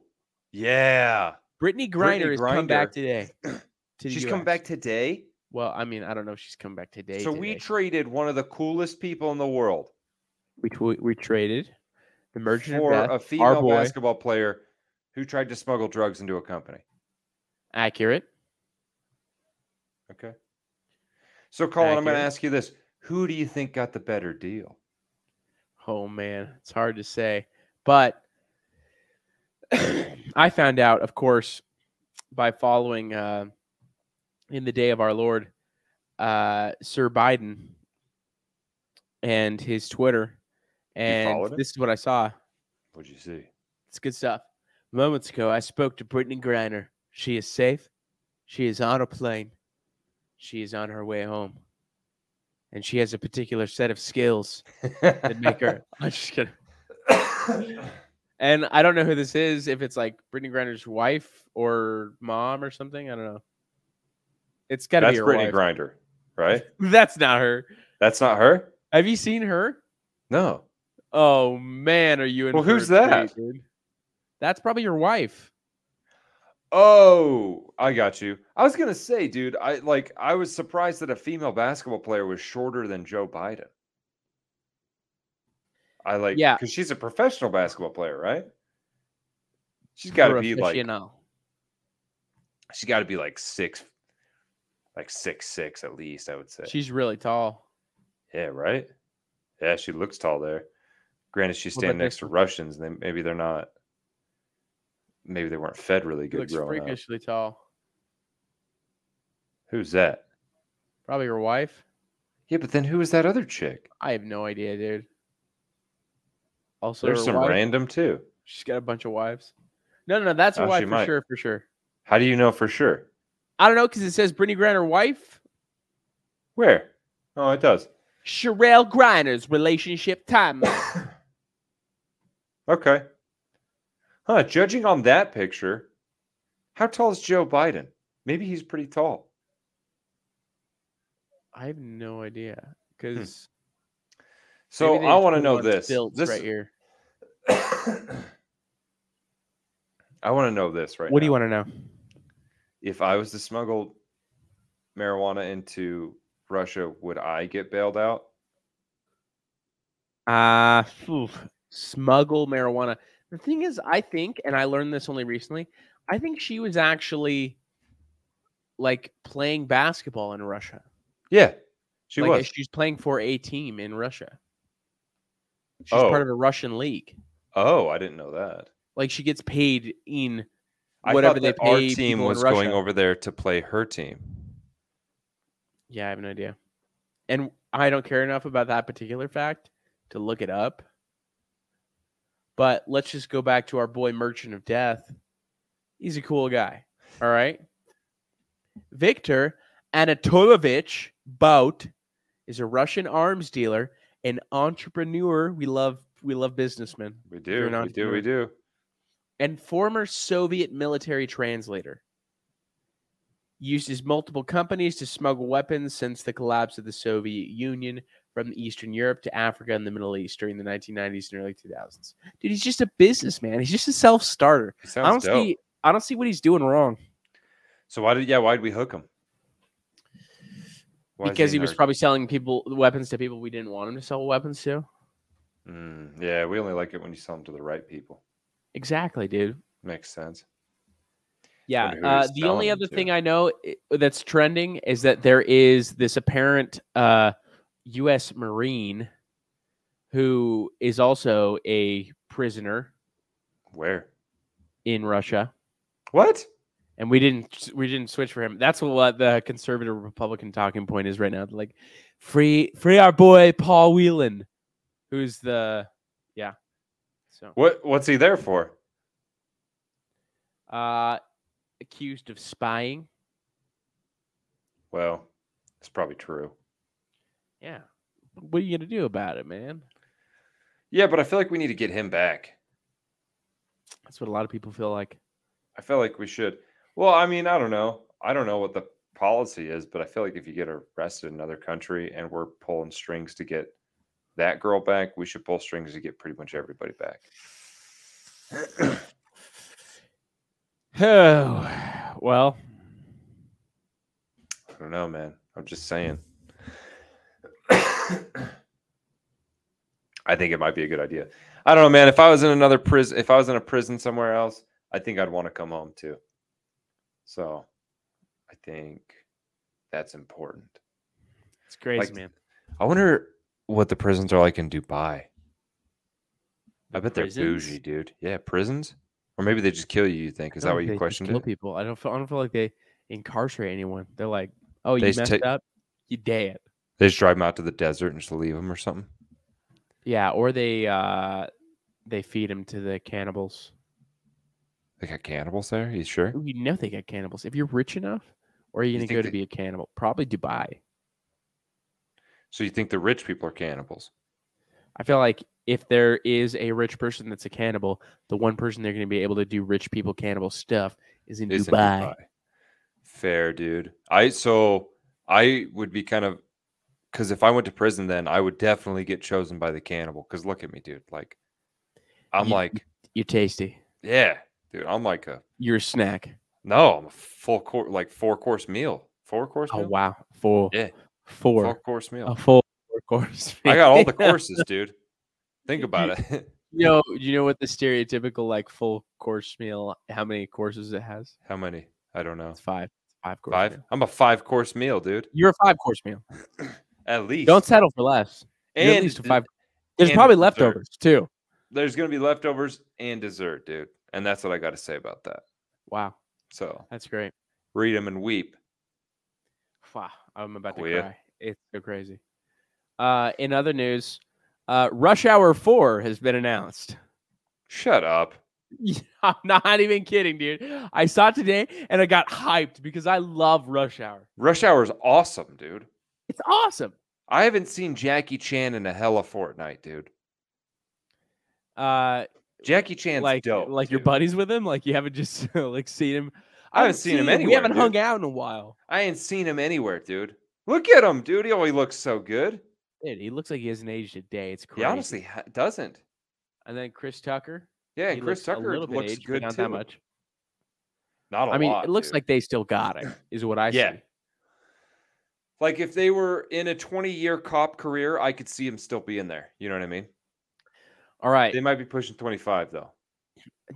Speaker 2: yeah.
Speaker 1: Brittany
Speaker 2: Brittany
Speaker 1: Griner has come back
Speaker 2: Griner.
Speaker 1: today. To the
Speaker 2: She's come
Speaker 1: US.
Speaker 2: back today.
Speaker 1: Well, I mean, I don't know if she's come back today.
Speaker 2: so we
Speaker 1: today.
Speaker 2: traded one of the coolest people in the world
Speaker 1: we tw- we traded the merchant
Speaker 2: for
Speaker 1: of
Speaker 2: a
Speaker 1: death,
Speaker 2: female
Speaker 1: boy.
Speaker 2: basketball player who tried to smuggle drugs into a company.
Speaker 1: accurate.
Speaker 2: Okay. So, Colin, I'm going
Speaker 1: Accurate.
Speaker 2: to ask you this: Who do you think got the better deal?
Speaker 1: Oh man, it's hard to say, but I found out, of course, by following uh, in the day of our Lord, uh, Sir Biden and his Twitter, and
Speaker 2: followed him?
Speaker 1: this is what I saw.
Speaker 2: What'd you see?
Speaker 1: It's good stuff. Moments ago, I spoke to Brittany Griner. She is safe. She is on a plane. She is on her way home. And she has a particular set of skills that make her. I'm just kidding. And I don't know who this is, if it's like Brittany Griner's wife or mom or something. I don't know. It's got to be
Speaker 2: That's
Speaker 1: her
Speaker 2: Brittany
Speaker 1: wife.
Speaker 2: Grinder, right?
Speaker 1: That's not her.
Speaker 2: That's not her.
Speaker 1: Have you seen her?
Speaker 2: No.
Speaker 1: Oh, man. Are you in
Speaker 2: Well,
Speaker 1: for a
Speaker 2: who's that?
Speaker 1: treat, dude. That's probably your wife.
Speaker 2: Oh, I got you. I was gonna say, dude, I like I was surprised that a female basketball player was shorter than Joe Biden. I like
Speaker 1: Yeah.
Speaker 2: because she's a professional basketball player, right? She's gotta be like
Speaker 1: Professional.
Speaker 2: she's gotta be like six like six six at least, I would say.
Speaker 1: She's really tall.
Speaker 2: yeah, right? Yeah, she looks tall there. Granted, she's
Speaker 1: What about
Speaker 2: standing next
Speaker 1: this
Speaker 2: to Russians, and they, maybe they're not maybe they weren't fed really
Speaker 1: She
Speaker 2: good
Speaker 1: looks
Speaker 2: growing up.
Speaker 1: freakishly tall.
Speaker 2: Who's that?
Speaker 1: Probably your wife.
Speaker 2: Yeah, but then who is that other chick?
Speaker 1: I have no idea, dude. Also,
Speaker 2: There's
Speaker 1: her
Speaker 2: some
Speaker 1: wife-
Speaker 2: random too.
Speaker 1: She's got a bunch of wives. No, no, no. That's her
Speaker 2: Oh, she
Speaker 1: wife for
Speaker 2: might.
Speaker 1: sure. For sure.
Speaker 2: How do you know for sure?
Speaker 1: I don't know because it says Brittany Griner wife.
Speaker 2: Where? Oh, it does.
Speaker 1: Sherelle Griner's relationship time.
Speaker 2: Okay. Huh, judging on that picture, how tall is Joe Biden? Maybe he's pretty tall.
Speaker 1: I have no idea because.
Speaker 2: Hmm. So I want to know this. This
Speaker 1: right here.
Speaker 2: I want to know this right
Speaker 1: what
Speaker 2: now.
Speaker 1: do you want to know?
Speaker 2: If I was to smuggle marijuana into Russia, would I get bailed out?
Speaker 1: Uh, phew, smuggle marijuana. The thing is, I think, and I learned this only recently, I think she was actually like playing basketball in Russia.
Speaker 2: Yeah, she
Speaker 1: like,
Speaker 2: was.
Speaker 1: She's playing for a team in Russia. She's part
Speaker 2: Oh.
Speaker 1: of a Russian league.
Speaker 2: oh, I didn't know that.
Speaker 1: Like she gets paid in
Speaker 2: I
Speaker 1: whatever
Speaker 2: thought
Speaker 1: they
Speaker 2: that our
Speaker 1: pay
Speaker 2: team
Speaker 1: people in
Speaker 2: was going
Speaker 1: Russia.
Speaker 2: over there to play her team.
Speaker 1: Yeah, I have no idea. And I don't care enough about that particular fact to look it up. But let's just go back to our boy Merchant of Death. He's a cool guy. All right. Victor Anatolovich Bout is a Russian arms dealer, an entrepreneur. We love we love businessmen.
Speaker 2: We
Speaker 1: an
Speaker 2: do. We do. We
Speaker 1: entrepreneur.
Speaker 2: do.
Speaker 1: and former Soviet military translator. Uses multiple companies to smuggle weapons since the collapse of the Soviet Union from Eastern Europe to Africa and the Middle East during the 1990s and early 2000s. Dude, he's just a businessman. He's just a self starter.
Speaker 2: He
Speaker 1: I don't
Speaker 2: sounds dope.
Speaker 1: see. I don't see what he's doing wrong
Speaker 2: So why did yeah? Why did we hook him? Why is
Speaker 1: because he
Speaker 2: in
Speaker 1: was
Speaker 2: our-
Speaker 1: probably selling people weapons to people we didn't want him to sell weapons to.
Speaker 2: Mm, yeah, we only like it when you sell them to the right people.
Speaker 1: Exactly, dude.
Speaker 2: Makes sense.
Speaker 1: Yeah.
Speaker 2: who
Speaker 1: Uh,
Speaker 2: he's
Speaker 1: the only
Speaker 2: selling
Speaker 1: other
Speaker 2: to.
Speaker 1: thing I know i- that's trending is that there is this apparent uh, U.S. Marine who is also a prisoner
Speaker 2: Where?
Speaker 1: in Russia,
Speaker 2: What?
Speaker 1: and we didn't s- we didn't switch for him. That's what the conservative Republican talking point is right now. Like, free free our boy Paul Whelan, who's the yeah. So
Speaker 2: What? What's he there for?
Speaker 1: uh, accused of spying
Speaker 2: Well, it's probably true.
Speaker 1: Yeah. What are you gonna do about it, man?
Speaker 2: Yeah, but I feel like we need to get him back.
Speaker 1: That's what a lot of people feel like.
Speaker 2: I feel like we should. Well, I mean, I don't know. I don't know what the policy is, but I feel like if you get arrested in another country and we're pulling strings to get that girl back, we should pull strings to get pretty much everybody back.
Speaker 1: Oh, well,
Speaker 2: I don't know, man. I'm just saying. I think it might be a good idea. I don't know, man. If I was in another prison, if I was in a prison somewhere else, I think I'd want to come home too. So, I think that's important.
Speaker 1: it's crazy,
Speaker 2: Like,
Speaker 1: man.
Speaker 2: I wonder what the prisons are like in Dubai. I bet
Speaker 1: prisons?
Speaker 2: they're bougie, dude. Yeah, prisons, or maybe they just kill you. You think is that
Speaker 1: No,
Speaker 2: what
Speaker 1: they
Speaker 2: you
Speaker 1: just
Speaker 2: questioned?
Speaker 1: Kill
Speaker 2: It?
Speaker 1: people. I don't. Feel, I don't feel like they incarcerate anyone. They're like, oh,
Speaker 2: They
Speaker 1: you
Speaker 2: just
Speaker 1: messed
Speaker 2: take-
Speaker 1: up, you dead.
Speaker 2: They just drive them out to the desert and just leave them or something.
Speaker 1: Yeah, or they uh they feed them to the cannibals.
Speaker 2: They got cannibals there. You sure?
Speaker 1: Ooh, You know they got cannibals. If you're rich enough, or are you
Speaker 2: You
Speaker 1: gonna
Speaker 2: think
Speaker 1: go to
Speaker 2: they-
Speaker 1: be a cannibal? Probably Dubai.
Speaker 2: So you think the rich people are cannibals?
Speaker 1: I feel like if there is a rich person that's a cannibal, the one person they're gonna be able to do rich people cannibal stuff is in
Speaker 2: It's in
Speaker 1: Dubai.
Speaker 2: Fair, dude. I so I would be kind of because if I went to prison, then I would definitely get chosen by the cannibal. Because look at me, dude. Like I'm
Speaker 1: You-
Speaker 2: like,
Speaker 1: You're tasty.
Speaker 2: yeah, dude. I'm like a
Speaker 1: You're a snack.
Speaker 2: No, I'm a full course, like four course meal. Four course
Speaker 1: Oh
Speaker 2: meal.
Speaker 1: wow, four,
Speaker 2: Yeah.
Speaker 1: four,
Speaker 2: Four course meal.
Speaker 1: a full four course.
Speaker 2: I got all the
Speaker 1: meal.
Speaker 2: courses, dude. Think about it.
Speaker 1: You know, you know what the stereotypical like full course meal? How many courses it has?
Speaker 2: How many? I don't know.
Speaker 1: It's five. Five course.
Speaker 2: Five.
Speaker 1: meal.
Speaker 2: I'm a five course meal, dude.
Speaker 1: You're a five course meal.
Speaker 2: At least.
Speaker 1: Don't settle for less. You're at
Speaker 2: and
Speaker 1: least a
Speaker 2: d-
Speaker 1: five. There's
Speaker 2: and
Speaker 1: probably
Speaker 2: dessert.
Speaker 1: leftovers too.
Speaker 2: There's gonna be leftovers and dessert, dude. And that's what I got to say about that.
Speaker 1: Wow,
Speaker 2: So
Speaker 1: that's great.
Speaker 2: read them and weep.
Speaker 1: Wow, I'm about to
Speaker 2: Queer.
Speaker 1: cry. It's so crazy. Uh, in other news, uh, Rush Hour Four has been announced.
Speaker 2: Shut up.
Speaker 1: I'm not even kidding, dude. I saw it today and I got hyped because I love Rush Hour.
Speaker 2: Rush Hour is awesome, dude.
Speaker 1: It's awesome.
Speaker 2: I haven't seen Jackie Chan in a hella fortnight, dude.
Speaker 1: Uh,
Speaker 2: Jackie Chan's
Speaker 1: like
Speaker 2: dope.
Speaker 1: like your
Speaker 2: dude.
Speaker 1: buddies with him like you haven't just like seen him
Speaker 2: I haven't seen him
Speaker 1: we
Speaker 2: anywhere,
Speaker 1: haven't
Speaker 2: dude.
Speaker 1: hung out in a while
Speaker 2: I ain't seen him anywhere, dude. Look at him, dude. He always looks so good.
Speaker 1: dude he looks like he hasn't aged a day it's crazy
Speaker 2: He honestly ha- doesn't.
Speaker 1: and then chris tucker
Speaker 2: Yeah, and
Speaker 1: he
Speaker 2: Chris
Speaker 1: looks a
Speaker 2: Tucker
Speaker 1: little bit
Speaker 2: looks
Speaker 1: aged, but
Speaker 2: good
Speaker 1: not
Speaker 2: too.
Speaker 1: that much
Speaker 2: Not a
Speaker 1: i mean
Speaker 2: lot,
Speaker 1: it looks
Speaker 2: dude.
Speaker 1: like they still got it is what i
Speaker 2: Yeah.
Speaker 1: see
Speaker 2: like if they were in a 20-year cop career, I could see him still being there. You know what I mean?
Speaker 1: all right
Speaker 2: They might be pushing 25 though.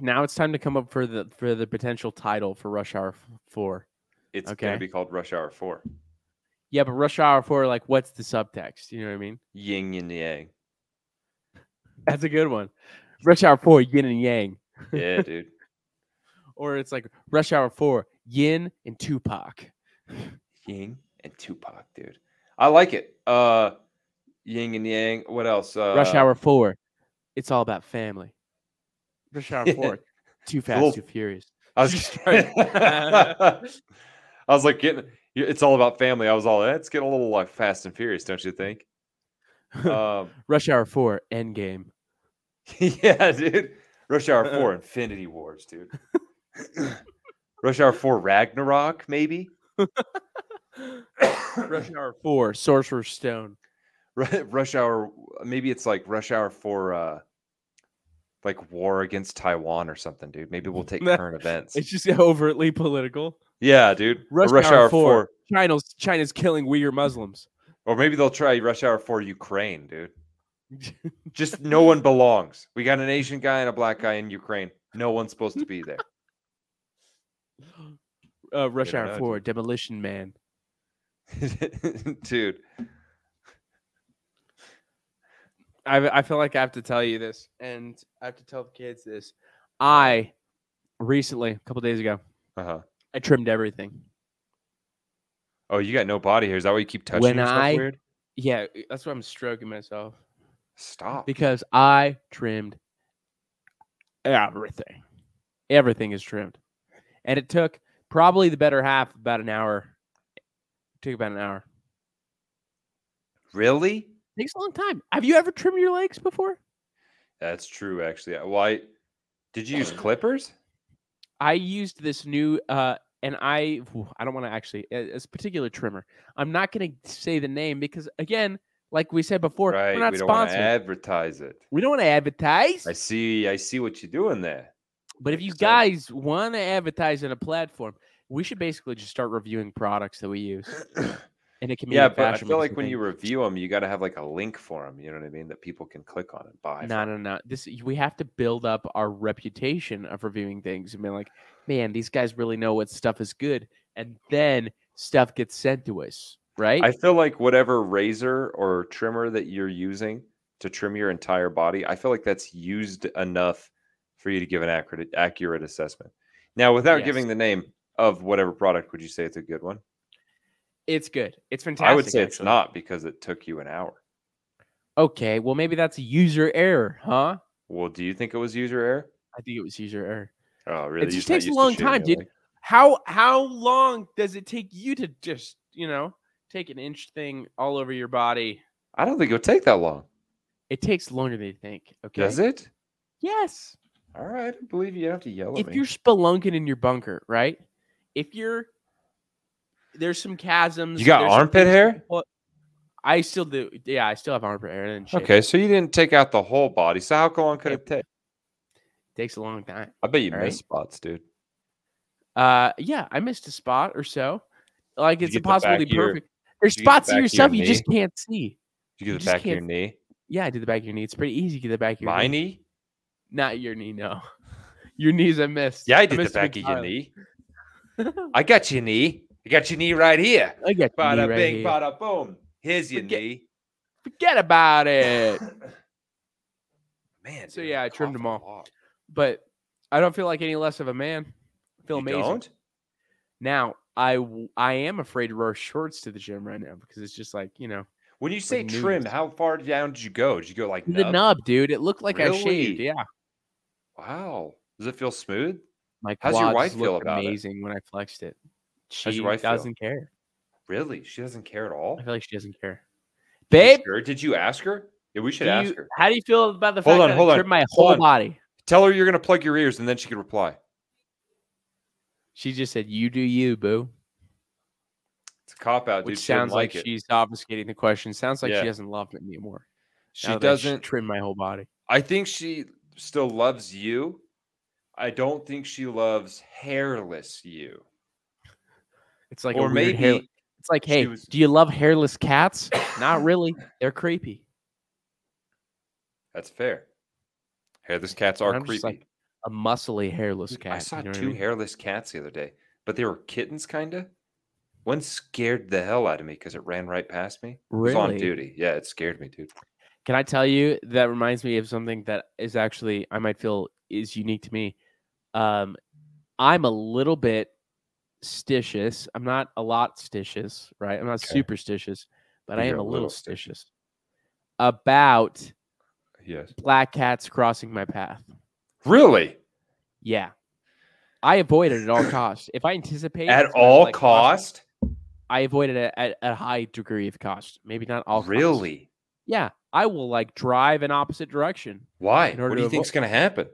Speaker 1: now it's time to come up for the for the potential title for rush hour F- 4
Speaker 2: It's
Speaker 1: Okay.
Speaker 2: gonna be called Rush Hour 4.
Speaker 1: yeah but rush hour 4 like what's the subtext you know what i mean
Speaker 2: Yin and Yang.
Speaker 1: that's a good one rush hour 4 yin and yang
Speaker 2: Yeah, dude.
Speaker 1: or it's like rush hour 4 yin and tupac
Speaker 2: Ying and Tupac, dude. I like it. Uh Yin and Yang. What else? Uh,
Speaker 1: Rush Hour Four, it's all about family. Rush Hour
Speaker 2: Yeah.
Speaker 1: Four, too fast,
Speaker 2: little-
Speaker 1: too furious.
Speaker 2: I was, I was like getting it's all about family. I was all that's getting a little like fast and furious, don't you think? Um,
Speaker 1: Rush Hour Four, Endgame.
Speaker 2: yeah, dude. Rush Hour
Speaker 1: Uh-uh.
Speaker 2: 4 Infinity Wars, dude. Rush Hour 4 Ragnarok, maybe? Rush,
Speaker 1: Rush Hour Four, Sorcerer's Stone.
Speaker 2: Rush Hour maybe it's like Rush Hour 4 uh like war against Taiwan or something, dude. Maybe we'll take
Speaker 1: No,
Speaker 2: current events.
Speaker 1: It's just overtly political.
Speaker 2: Yeah, dude. Or
Speaker 1: Rush Hour 4. China's China's killing Uyghur Muslims.
Speaker 2: Or maybe they'll try Rush Hour 4 Ukraine, dude. Just no one belongs. We got an Asian guy and a black guy in Ukraine. No one's supposed to be there.
Speaker 1: Uh, Rush
Speaker 2: don't
Speaker 1: Hour
Speaker 2: know,
Speaker 1: Four, Demolition Man.
Speaker 2: dude,
Speaker 1: I I feel like I have to tell you this, and I have to tell the kids this. I recently, a couple days ago,
Speaker 2: uh-huh.
Speaker 1: I trimmed everything.
Speaker 2: Oh, you got no body hair. Is that why you keep touching
Speaker 1: When
Speaker 2: yourself
Speaker 1: I-
Speaker 2: weird?
Speaker 1: Yeah, e, that's why I'm stroking myself.
Speaker 2: Stop.
Speaker 1: because I trimmed everything. Everything is trimmed. And it took probably the better half about an hour take about an hour.
Speaker 2: Really?
Speaker 1: takes a long time. Have you ever trimmed your legs before?
Speaker 2: That's true, actually. Why? Did you use clippers?
Speaker 1: I used this new uh and I whew, I don't want to actually uh, it's a particular trimmer. I'm not going to say the name because again, like we said before,
Speaker 2: right.
Speaker 1: we're not
Speaker 2: we don't want
Speaker 1: sponsored.
Speaker 2: to advertise it.
Speaker 1: we don't want to advertise.
Speaker 2: I see. I see what you're doing there.
Speaker 1: But if you
Speaker 2: So-
Speaker 1: guys want to advertise in a platform, we should basically just start reviewing products that we use in a community
Speaker 2: yeah, but I
Speaker 1: fashion.
Speaker 2: feel like when you review them, you got to have like a link for them. You know what I mean? That people can click on and buy.
Speaker 1: no, no, no. This we have to build up our reputation of reviewing things and being like, man, these guys really know what stuff is good, and then stuff gets sent to us, right?
Speaker 2: I feel like whatever razor or trimmer that you're using to trim your entire body, I feel like that's used enough for you to give an accurate accurate assessment. Now, without
Speaker 1: Yes.
Speaker 2: giving the name of whatever product, would you say it's a good one?
Speaker 1: it's good. It's fantastic.
Speaker 2: I would say it's
Speaker 1: actually.
Speaker 2: not because it took you an hour.
Speaker 1: Okay, well maybe that's a user error, huh?
Speaker 2: Well, do you think it was user error?
Speaker 1: I think it was user error.
Speaker 2: Oh, really?
Speaker 1: just
Speaker 2: You're just
Speaker 1: takes a
Speaker 2: not used to
Speaker 1: long
Speaker 2: shaving
Speaker 1: time,
Speaker 2: your
Speaker 1: dude.
Speaker 2: leg?
Speaker 1: How how long does it take you to just, you know, take an inch thing all over your body?
Speaker 2: I don't think it'll take that long.
Speaker 1: It takes longer than you think. Okay.
Speaker 2: Does it?
Speaker 1: Yes.
Speaker 2: All right. I believe you have to yell at
Speaker 1: if
Speaker 2: me.
Speaker 1: you're spelunking in your bunker, right? If you're there's some chasms.
Speaker 2: You got
Speaker 1: there's some
Speaker 2: armpit
Speaker 1: things you
Speaker 2: hair?
Speaker 1: can pull- I still do. Yeah, I still have armpit hair. And shave.
Speaker 2: okay, so you didn't take out the whole body. So how long could
Speaker 1: Yep.
Speaker 2: it take?
Speaker 1: takes a long time.
Speaker 2: I bet you
Speaker 1: All
Speaker 2: missed
Speaker 1: right.
Speaker 2: spots, dude.
Speaker 1: Uh, yeah, I missed a spot or so. Like
Speaker 2: Did
Speaker 1: it's
Speaker 2: you get the back
Speaker 1: impossible
Speaker 2: of
Speaker 1: to be
Speaker 2: your-
Speaker 1: perfect. There's
Speaker 2: did you get the
Speaker 1: spots
Speaker 2: back
Speaker 1: of
Speaker 2: of your
Speaker 1: yourself you just
Speaker 2: knee?
Speaker 1: can't see.
Speaker 2: Did you
Speaker 1: You
Speaker 2: get the
Speaker 1: just
Speaker 2: back of your
Speaker 1: can't-
Speaker 2: knee?
Speaker 1: Yeah, I did the back of your knee. It's pretty easy to get the back of your
Speaker 2: My
Speaker 1: knee.
Speaker 2: knee?
Speaker 1: Not your knee, no. Your knees, I missed.
Speaker 2: Yeah, I did the
Speaker 1: missed them
Speaker 2: back of your
Speaker 1: entirely.
Speaker 2: knee. I got your knee. I got your knee right here.
Speaker 1: I got your knee
Speaker 2: Bada
Speaker 1: right
Speaker 2: bing,
Speaker 1: here.
Speaker 2: bada boom. Here's your
Speaker 1: Forget-
Speaker 2: knee.
Speaker 1: Forget about it.
Speaker 2: Man.
Speaker 1: So
Speaker 2: dude,
Speaker 1: yeah,
Speaker 2: I'm
Speaker 1: I trimmed 'em
Speaker 2: coughing a
Speaker 1: all.
Speaker 2: lot.
Speaker 1: but I don't feel like any less of a man. I feel
Speaker 2: You
Speaker 1: amazing.
Speaker 2: don't?
Speaker 1: Now I w- I am afraid to wear shorts to the gym right now because it's just like you know
Speaker 2: When you say
Speaker 1: Like
Speaker 2: trim,
Speaker 1: nudes.
Speaker 2: how far down did you go? Did you go like
Speaker 1: the
Speaker 2: nub?
Speaker 1: nub, dude. It looked like I shaved.
Speaker 2: Really?
Speaker 1: Yeah,
Speaker 2: Wow. Does it feel smooth?
Speaker 1: my
Speaker 2: How's your
Speaker 1: quads
Speaker 2: wife feel
Speaker 1: looked
Speaker 2: about it?
Speaker 1: amazing when I flexed it. She
Speaker 2: your wife feel?
Speaker 1: doesn't care.
Speaker 2: Really? She doesn't care at all?
Speaker 1: I feel like she doesn't care.
Speaker 2: Are you
Speaker 1: Babe,
Speaker 2: sure? Did you ask her? Yeah, we should
Speaker 1: do
Speaker 2: ask
Speaker 1: you-
Speaker 2: her.
Speaker 1: how do you feel about the
Speaker 2: Hold
Speaker 1: fact
Speaker 2: on,
Speaker 1: that
Speaker 2: hold
Speaker 1: I
Speaker 2: on,
Speaker 1: trimmed my
Speaker 2: hold
Speaker 1: whole
Speaker 2: on.
Speaker 1: body?
Speaker 2: Tell her you're gonna plug your ears and then she could reply.
Speaker 1: She just said, "You do you, boo,"
Speaker 2: It's a cop out, dude.
Speaker 1: which
Speaker 2: She didn't
Speaker 1: sounds like,
Speaker 2: it.
Speaker 1: she's obfuscating the question. Sounds like
Speaker 2: Yeah.
Speaker 1: she doesn't love me anymore. now
Speaker 2: she
Speaker 1: that I sh-
Speaker 2: doesn't
Speaker 1: trim my whole body.
Speaker 2: I think she still loves you. I don't think she loves hairless you.
Speaker 1: It's like
Speaker 2: or
Speaker 1: a weird hair-
Speaker 2: maybe
Speaker 1: It's like,
Speaker 2: She
Speaker 1: hey,
Speaker 2: was-
Speaker 1: do you love hairless cats? Not really. They're creepy.
Speaker 2: that's fair. Hairless cats are
Speaker 1: I'm
Speaker 2: creepy.
Speaker 1: just like, A muscly hairless
Speaker 2: Dude,
Speaker 1: cat.
Speaker 2: I saw
Speaker 1: you know what
Speaker 2: two
Speaker 1: I mean?
Speaker 2: hairless cats the other day, but they were kittens, kinda. One scared the hell out of me because it ran right past me. It was on
Speaker 1: Really?
Speaker 2: duty. Yeah, it scared me, dude.
Speaker 1: Can I tell you that reminds me of something that is actually I might feel is unique to me. Um, I'm a little bit stitious. I'm not a lot stitious, right? I'm not
Speaker 2: Okay.
Speaker 1: superstitious, but
Speaker 2: But
Speaker 1: I
Speaker 2: you're
Speaker 1: am a
Speaker 2: a
Speaker 1: little
Speaker 2: little
Speaker 1: stitious about
Speaker 2: Yes.
Speaker 1: black cats crossing my path.
Speaker 2: Really?
Speaker 1: Yeah. I avoid it at all costs. If I anticipate
Speaker 2: At
Speaker 1: it's gonna,
Speaker 2: all
Speaker 1: like, cost me-
Speaker 2: cost?
Speaker 1: I avoid it at, at a high degree of cost. Maybe not all. cost.
Speaker 2: Really?
Speaker 1: Yeah, I will like drive in opposite direction.
Speaker 2: Why?
Speaker 1: In
Speaker 2: What
Speaker 1: order
Speaker 2: do
Speaker 1: to
Speaker 2: you think's
Speaker 1: avoid-
Speaker 2: gonna happen?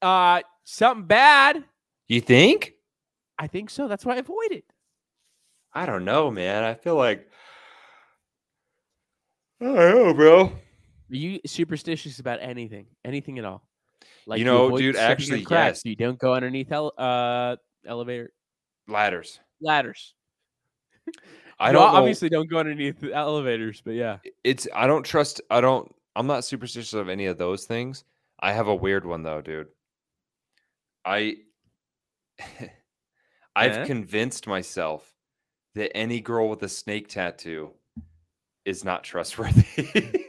Speaker 1: Uh, something bad.
Speaker 2: You think?
Speaker 1: I think so. That's why I avoid it.
Speaker 2: I don't know, man. I feel like I don't know, bro.
Speaker 1: Are you superstitious about anything? Anything at all?
Speaker 2: You know,
Speaker 1: avoid
Speaker 2: dude,
Speaker 1: stepping on
Speaker 2: actually,
Speaker 1: cracks.
Speaker 2: yes.
Speaker 1: You don't go underneath ele- uh elevator
Speaker 2: Ladders.
Speaker 1: ladders.
Speaker 2: I
Speaker 1: You
Speaker 2: don't know-
Speaker 1: obviously don't go underneath the elevators, but yeah.
Speaker 2: it's I don't trust I don't I'm not superstitious of any of those things. I have a weird one though, dude. I I've
Speaker 1: Eh?
Speaker 2: convinced myself that any girl with a snake tattoo is not trustworthy.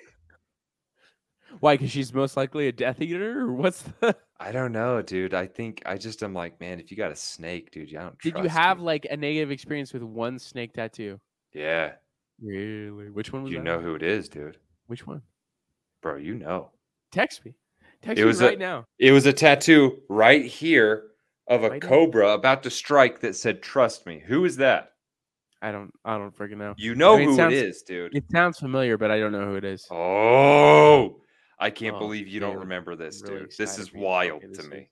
Speaker 1: Why? Because she's most likely a Death Eater. Or what's the?
Speaker 2: I don't know, dude. I think I just am like, man, if you got a snake, dude, I don't
Speaker 1: Did
Speaker 2: trust
Speaker 1: you have like a negative experience with one snake tattoo?
Speaker 2: Yeah.
Speaker 1: Really? Which one was
Speaker 2: You
Speaker 1: that?
Speaker 2: know who it is, dude.
Speaker 1: Which one?
Speaker 2: Bro, you know.
Speaker 1: Text me. Text
Speaker 2: It
Speaker 1: me
Speaker 2: was a-
Speaker 1: right now.
Speaker 2: It was a tattoo right here of a
Speaker 1: Right here.
Speaker 2: cobra about to strike that said, Trust me. Who is that?
Speaker 1: I don't I don't freaking know.
Speaker 2: You know
Speaker 1: I mean, it
Speaker 2: who
Speaker 1: sounds-
Speaker 2: it is, dude.
Speaker 1: It sounds familiar, but I don't know who it is.
Speaker 2: Oh, I can't
Speaker 1: Oh,
Speaker 2: believe you don't
Speaker 1: dude,
Speaker 2: remember this,
Speaker 1: really
Speaker 2: dude. This
Speaker 1: excited
Speaker 2: is
Speaker 1: for you to talk
Speaker 2: wild
Speaker 1: to
Speaker 2: to
Speaker 1: this dude.
Speaker 2: me.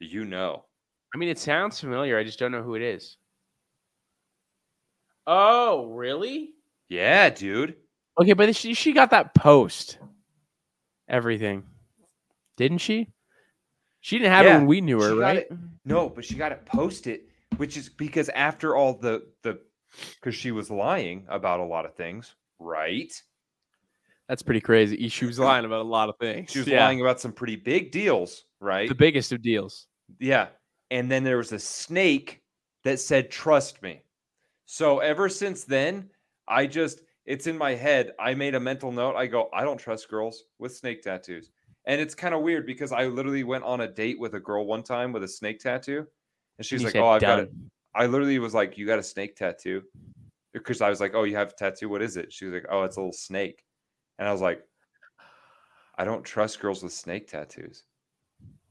Speaker 2: You know.
Speaker 1: I mean, it sounds familiar. I just don't know who it is. Oh, really?
Speaker 2: Yeah, dude.
Speaker 1: Okay, but she she got that post. Everything, didn't she? She didn't have it
Speaker 2: Yeah,
Speaker 1: when we knew
Speaker 2: she
Speaker 1: her,
Speaker 2: got
Speaker 1: right?
Speaker 2: it. No, but she got it posted, which is because after all the the because she was lying about a lot of things, right?
Speaker 1: That's pretty crazy. She was lying about a lot of things.
Speaker 2: She was
Speaker 1: Yeah,
Speaker 2: lying about some pretty big deals, right?
Speaker 1: The biggest of deals.
Speaker 2: Yeah. And then there was a snake that said, Trust me. So ever since then, I just, it's in my head. I made a mental note. I go, I don't trust girls with snake tattoos. And it's kind of weird because I literally went on a date with a girl one time with a snake tattoo. And
Speaker 1: And
Speaker 2: she's
Speaker 1: you
Speaker 2: like,
Speaker 1: said,
Speaker 2: Oh, I've got it.
Speaker 1: "Done."
Speaker 2: I literally was like, You got a snake tattoo? Because I was like, Oh, you have a tattoo? What is it? She was like, Oh, it's a little snake. And I was like, I don't trust girls with snake tattoos.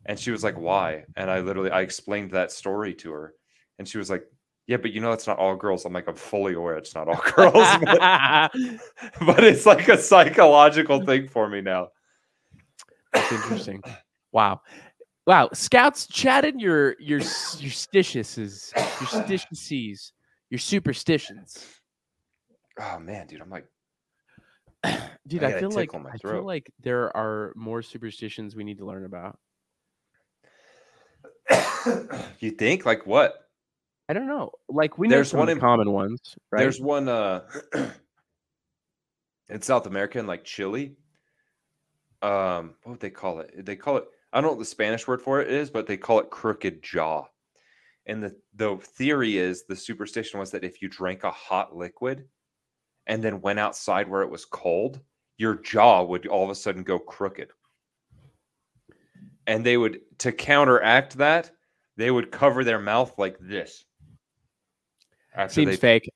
Speaker 2: And she was like, Why? And I literally I explained that story to her. And she was like, Yeah, but you know that's not all girls. I'm like, I'm fully aware it's not all girls. but, but it's like a psychological thing for me now.
Speaker 1: That's interesting. Wow. Wow. Scouts chatted your your s- your stitiouses, your stitiouses, your superstitions.
Speaker 2: Oh man, dude. I'm like,
Speaker 1: Dude,
Speaker 2: I
Speaker 1: I,
Speaker 2: got a
Speaker 1: feel like
Speaker 2: tickle in my
Speaker 1: I feel
Speaker 2: throat.
Speaker 1: like there are more superstitions we need to learn about.
Speaker 2: you think? Like what?
Speaker 1: I don't know. Like we know
Speaker 2: There's
Speaker 1: some of
Speaker 2: one
Speaker 1: the
Speaker 2: in-
Speaker 1: common ones, right?
Speaker 2: There's one uh in South America in like Chile. Um, what would they call it? They call it I don't know what the Spanish word for it is, but they call it crooked jaw. And the the theory is the superstition was that if you drank a hot liquid and then went outside where it was cold, your jaw would all of a sudden go crooked. And they would to counteract that, they would cover their mouth like this. After
Speaker 1: Seems
Speaker 2: they
Speaker 1: fake.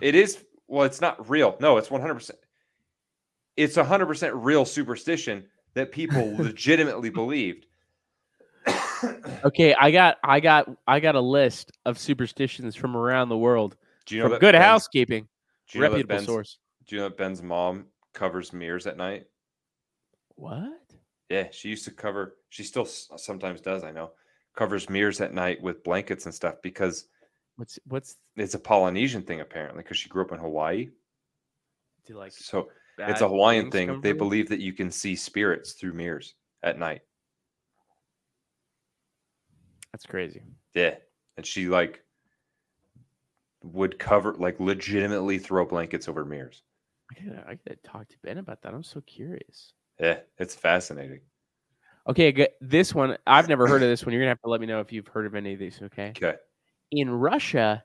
Speaker 2: it is well, it's not real. No, it's 100%. It's 100% real superstition that people legitimately believed.
Speaker 1: Okay, I got I got I got a list of superstitions from around the world.
Speaker 2: Do you know
Speaker 1: from
Speaker 2: that
Speaker 1: good
Speaker 2: Ben's-
Speaker 1: housekeeping,
Speaker 2: Do you know that
Speaker 1: reputable
Speaker 2: Ben's,
Speaker 1: source.
Speaker 2: do you know that Ben's mom covers mirrors at night?
Speaker 1: What?
Speaker 2: Yeah, she used to cover. She still s- sometimes does. I know covers mirrors at night with blankets and stuff because
Speaker 1: What's what's
Speaker 2: it's a Polynesian thing apparently because she grew up in Hawaii.
Speaker 1: do like
Speaker 2: So
Speaker 1: bad
Speaker 2: it's a Hawaiian
Speaker 1: things
Speaker 2: thing.
Speaker 1: come
Speaker 2: They
Speaker 1: from it?
Speaker 2: believe that you can see spirits through mirrors at night.
Speaker 1: That's crazy.
Speaker 2: Yeah. And she like would cover like legitimately throw blankets over mirrors.
Speaker 1: I gotta, I gotta talk to Ben about that. I'm so curious.
Speaker 2: Yeah, Eh, it's fascinating.
Speaker 1: Okay, good. this one I've never heard of this one. You're gonna have to let me know if you've heard of any of these. Okay.
Speaker 2: Okay.
Speaker 1: In Russia,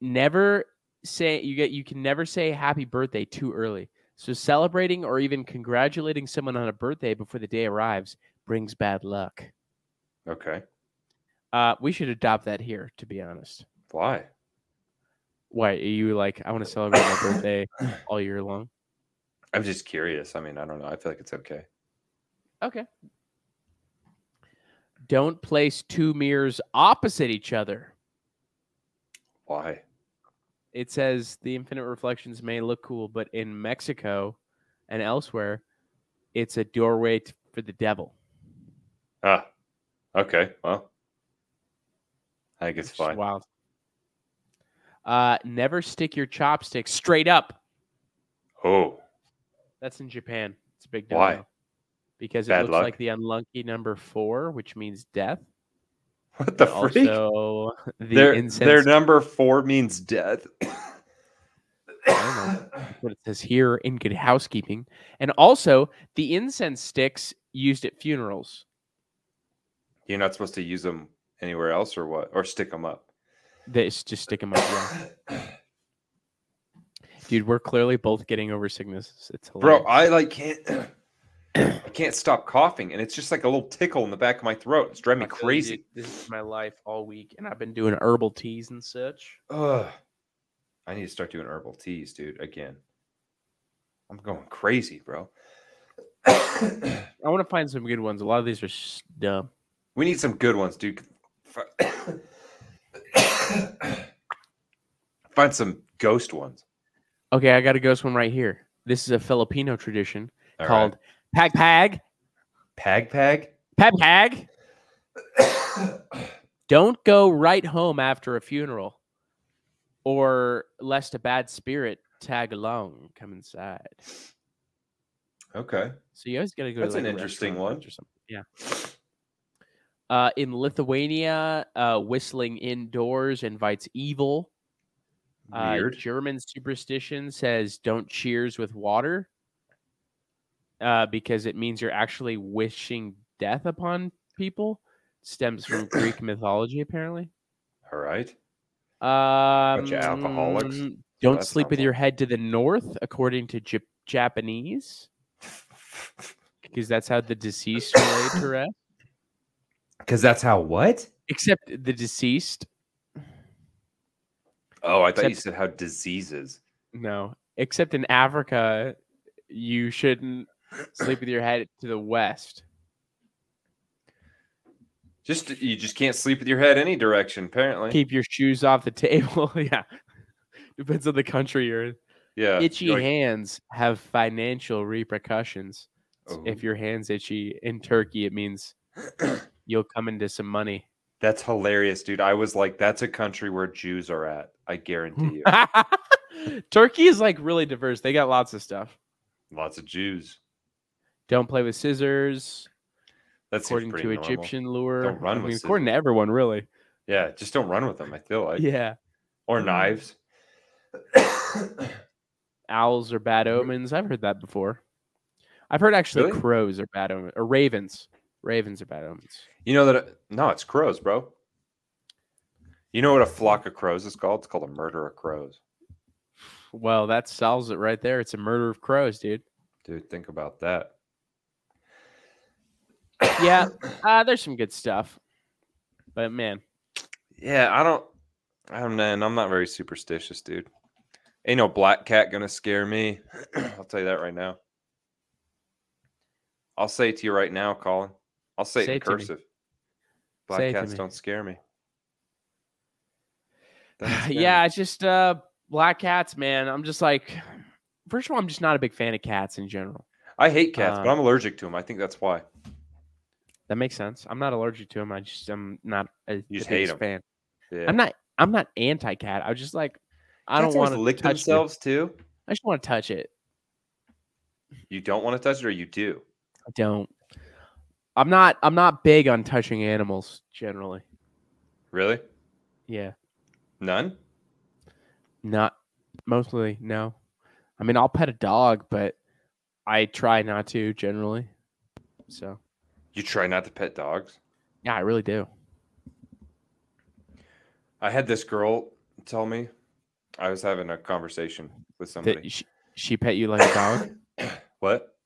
Speaker 1: never say you get you can never say happy birthday too early. So celebrating or even congratulating someone on a birthday before the day arrives brings bad luck.
Speaker 2: Okay.
Speaker 1: Uh, we should adopt that here, to be honest.
Speaker 2: Why?
Speaker 1: Why are you like? I want to celebrate my birthday all year long.
Speaker 2: I'm just curious. I mean, I don't know. I feel like it's okay.
Speaker 1: Okay. Don't place two mirrors opposite each other.
Speaker 2: Why?
Speaker 1: It says the infinite reflections may look cool, but in Mexico and elsewhere, it's a doorway t- for the devil.
Speaker 2: Ah. Okay. Well. I think it's
Speaker 1: which is
Speaker 2: fine.
Speaker 1: Wild. Uh, never stick your chopsticks straight up.
Speaker 2: Oh.
Speaker 1: That's in Japan. It's a big no.
Speaker 2: Why?
Speaker 1: no. Because it
Speaker 2: Bad
Speaker 1: looks
Speaker 2: luck?
Speaker 1: like the unlucky number four, which means death.
Speaker 2: What the
Speaker 1: and
Speaker 2: freak?
Speaker 1: Also, the
Speaker 2: their,
Speaker 1: incense.
Speaker 2: their number four means death.
Speaker 1: don't what it says here in good housekeeping and also the incense sticks used at funerals
Speaker 2: You're not supposed to use them anywhere else or what? Or stick them up.
Speaker 1: they s- just stick them up yeah. dude we're clearly both getting over sickness it's
Speaker 2: bro
Speaker 1: hilarious.
Speaker 2: i like can't i can't stop coughing and it's just like a little tickle in the back of my throat it's driving me crazy
Speaker 1: this is my life all week and i've been doing herbal teas and such
Speaker 2: Ugh. i need to start doing herbal teas dude again i'm going crazy bro
Speaker 1: i want to find some good ones a lot of these are s- dumb
Speaker 2: we need some good ones dude Fu- Find some ghost ones.
Speaker 1: Okay, I got a ghost one right here. This is a Filipino tradition
Speaker 2: All right.
Speaker 1: called pag pag
Speaker 2: Pag Pag.
Speaker 1: pag pag. Don't go right home after a funeral, or lest a bad spirit tag along come inside.
Speaker 2: okay.
Speaker 1: So you always got to go.
Speaker 2: That's
Speaker 1: to like,
Speaker 2: an
Speaker 1: a
Speaker 2: interesting
Speaker 1: restaurant
Speaker 2: one.
Speaker 1: Or something. Yeah. Uh, in Lithuania, uh, whistling indoors invites evil. Uh,
Speaker 2: Weird.
Speaker 1: German superstition says don't cheers with water uh, because it means you're actually wishing death upon people. Stems from Greek mythology, apparently.
Speaker 2: All right.
Speaker 1: Um,
Speaker 2: of alcoholics.
Speaker 1: Don't
Speaker 2: that
Speaker 1: sleep with
Speaker 2: sounds like-
Speaker 1: your head to the north, according to Jap- Japanese, because that's how the deceased relate to rest.
Speaker 2: Because that's how what?
Speaker 1: Except the deceased,
Speaker 2: Oh, I thought you
Speaker 1: Except-
Speaker 2: said how diseases.
Speaker 1: no. Except in Africa, you shouldn't sleep with your head to the west.
Speaker 2: Just you just can't sleep with your head any direction. Apparently.
Speaker 1: Keep your shoes off the table. yeah, depends on the country you're in.
Speaker 2: yeah.
Speaker 1: Itchy
Speaker 2: you're like,
Speaker 1: hands have financial repercussions.
Speaker 2: "Oh,
Speaker 1: If your hands itchy in Turkey, it means you'll come into some money.
Speaker 2: That's hilarious, dude. I was like, that's a country where Jews are at. I guarantee you.
Speaker 1: Turkey is like really diverse. They got lots of stuff.
Speaker 2: Lots of Jews.
Speaker 1: Don't play with scissors,
Speaker 2: That's
Speaker 1: according to Egyptian lore.
Speaker 2: Don't run
Speaker 1: I
Speaker 2: with
Speaker 1: mean, according to everyone, really.
Speaker 2: Yeah, just don't run with them. I feel like.
Speaker 1: Yeah.
Speaker 2: Or knives.
Speaker 1: Owls are bad omens. I've heard that before. I've heard actually
Speaker 2: Really?
Speaker 1: crows are bad omens or ravens. Ravens are bad omens.
Speaker 2: you know that? No, it's crows, bro. You know what a flock of crows is called? It's called a murder of crows.
Speaker 1: Well, that solves it right there. It's a murder of crows, dude.
Speaker 2: Dude, think about that.
Speaker 1: Yeah. Uh, there's some good stuff. But man,
Speaker 2: Yeah, I don't. I'm man, I'm not very superstitious, dude. Ain't no black cat gonna scare me. I'll tell you that right now. I'll say it to you right now, Colin. I'll say,
Speaker 1: Say
Speaker 2: it in
Speaker 1: it to me.
Speaker 2: cursive. Black
Speaker 1: Say it to
Speaker 2: cats
Speaker 1: me.
Speaker 2: don't scare me. Doesn't scare me.
Speaker 1: yeah, it's just uh black cats, man. I'm just like first of all, I'm just not a big fan of cats in general.
Speaker 2: I hate cats, but
Speaker 1: Um,
Speaker 2: I'm allergic to them. I think that's why.
Speaker 1: That makes sense. I'm not allergic to them. I just I'm not a the
Speaker 2: just hate
Speaker 1: biggest
Speaker 2: 'em.
Speaker 1: fan.
Speaker 2: Yeah.
Speaker 1: I'm not I'm not anti cat. I was just like I
Speaker 2: Cats
Speaker 1: don't
Speaker 2: always
Speaker 1: want to
Speaker 2: lick
Speaker 1: touch themselves.
Speaker 2: themselves too.
Speaker 1: I just want to touch it.
Speaker 2: You don't want to touch it, or you do.
Speaker 1: I don't. I'm not I'm not big on touching animals generally.
Speaker 2: Really?
Speaker 1: Yeah.
Speaker 2: None?
Speaker 1: Not mostly no. I mean, I'll pet a dog, but I try not to generally. So,
Speaker 2: You try not to pet dogs.
Speaker 1: yeah, I really do.
Speaker 2: I had this girl tell me I was having a conversation with somebody.
Speaker 1: That she, she pet you like a dog?
Speaker 2: what?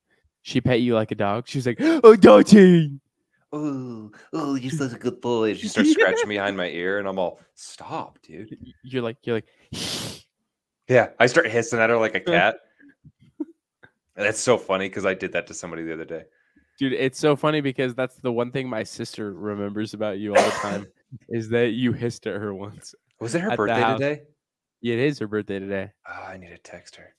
Speaker 1: She pet you like a dog? She was like, "Oh, doggy."
Speaker 2: Oh, oh, you're such a good boy. She starts scratching behind my ear, and I'm all, stop, dude.
Speaker 1: You're like you're like
Speaker 2: Yeah, I start hissing at her like a cat. That's so funny because I did that to somebody the other day.
Speaker 1: Dude, it's so funny because that's the one thing my sister remembers about you all the time is that you hissed at her once.
Speaker 2: Was it her
Speaker 1: At the
Speaker 2: birthday
Speaker 1: house.
Speaker 2: today?
Speaker 1: It is her birthday today.
Speaker 2: Oh, I need to text her.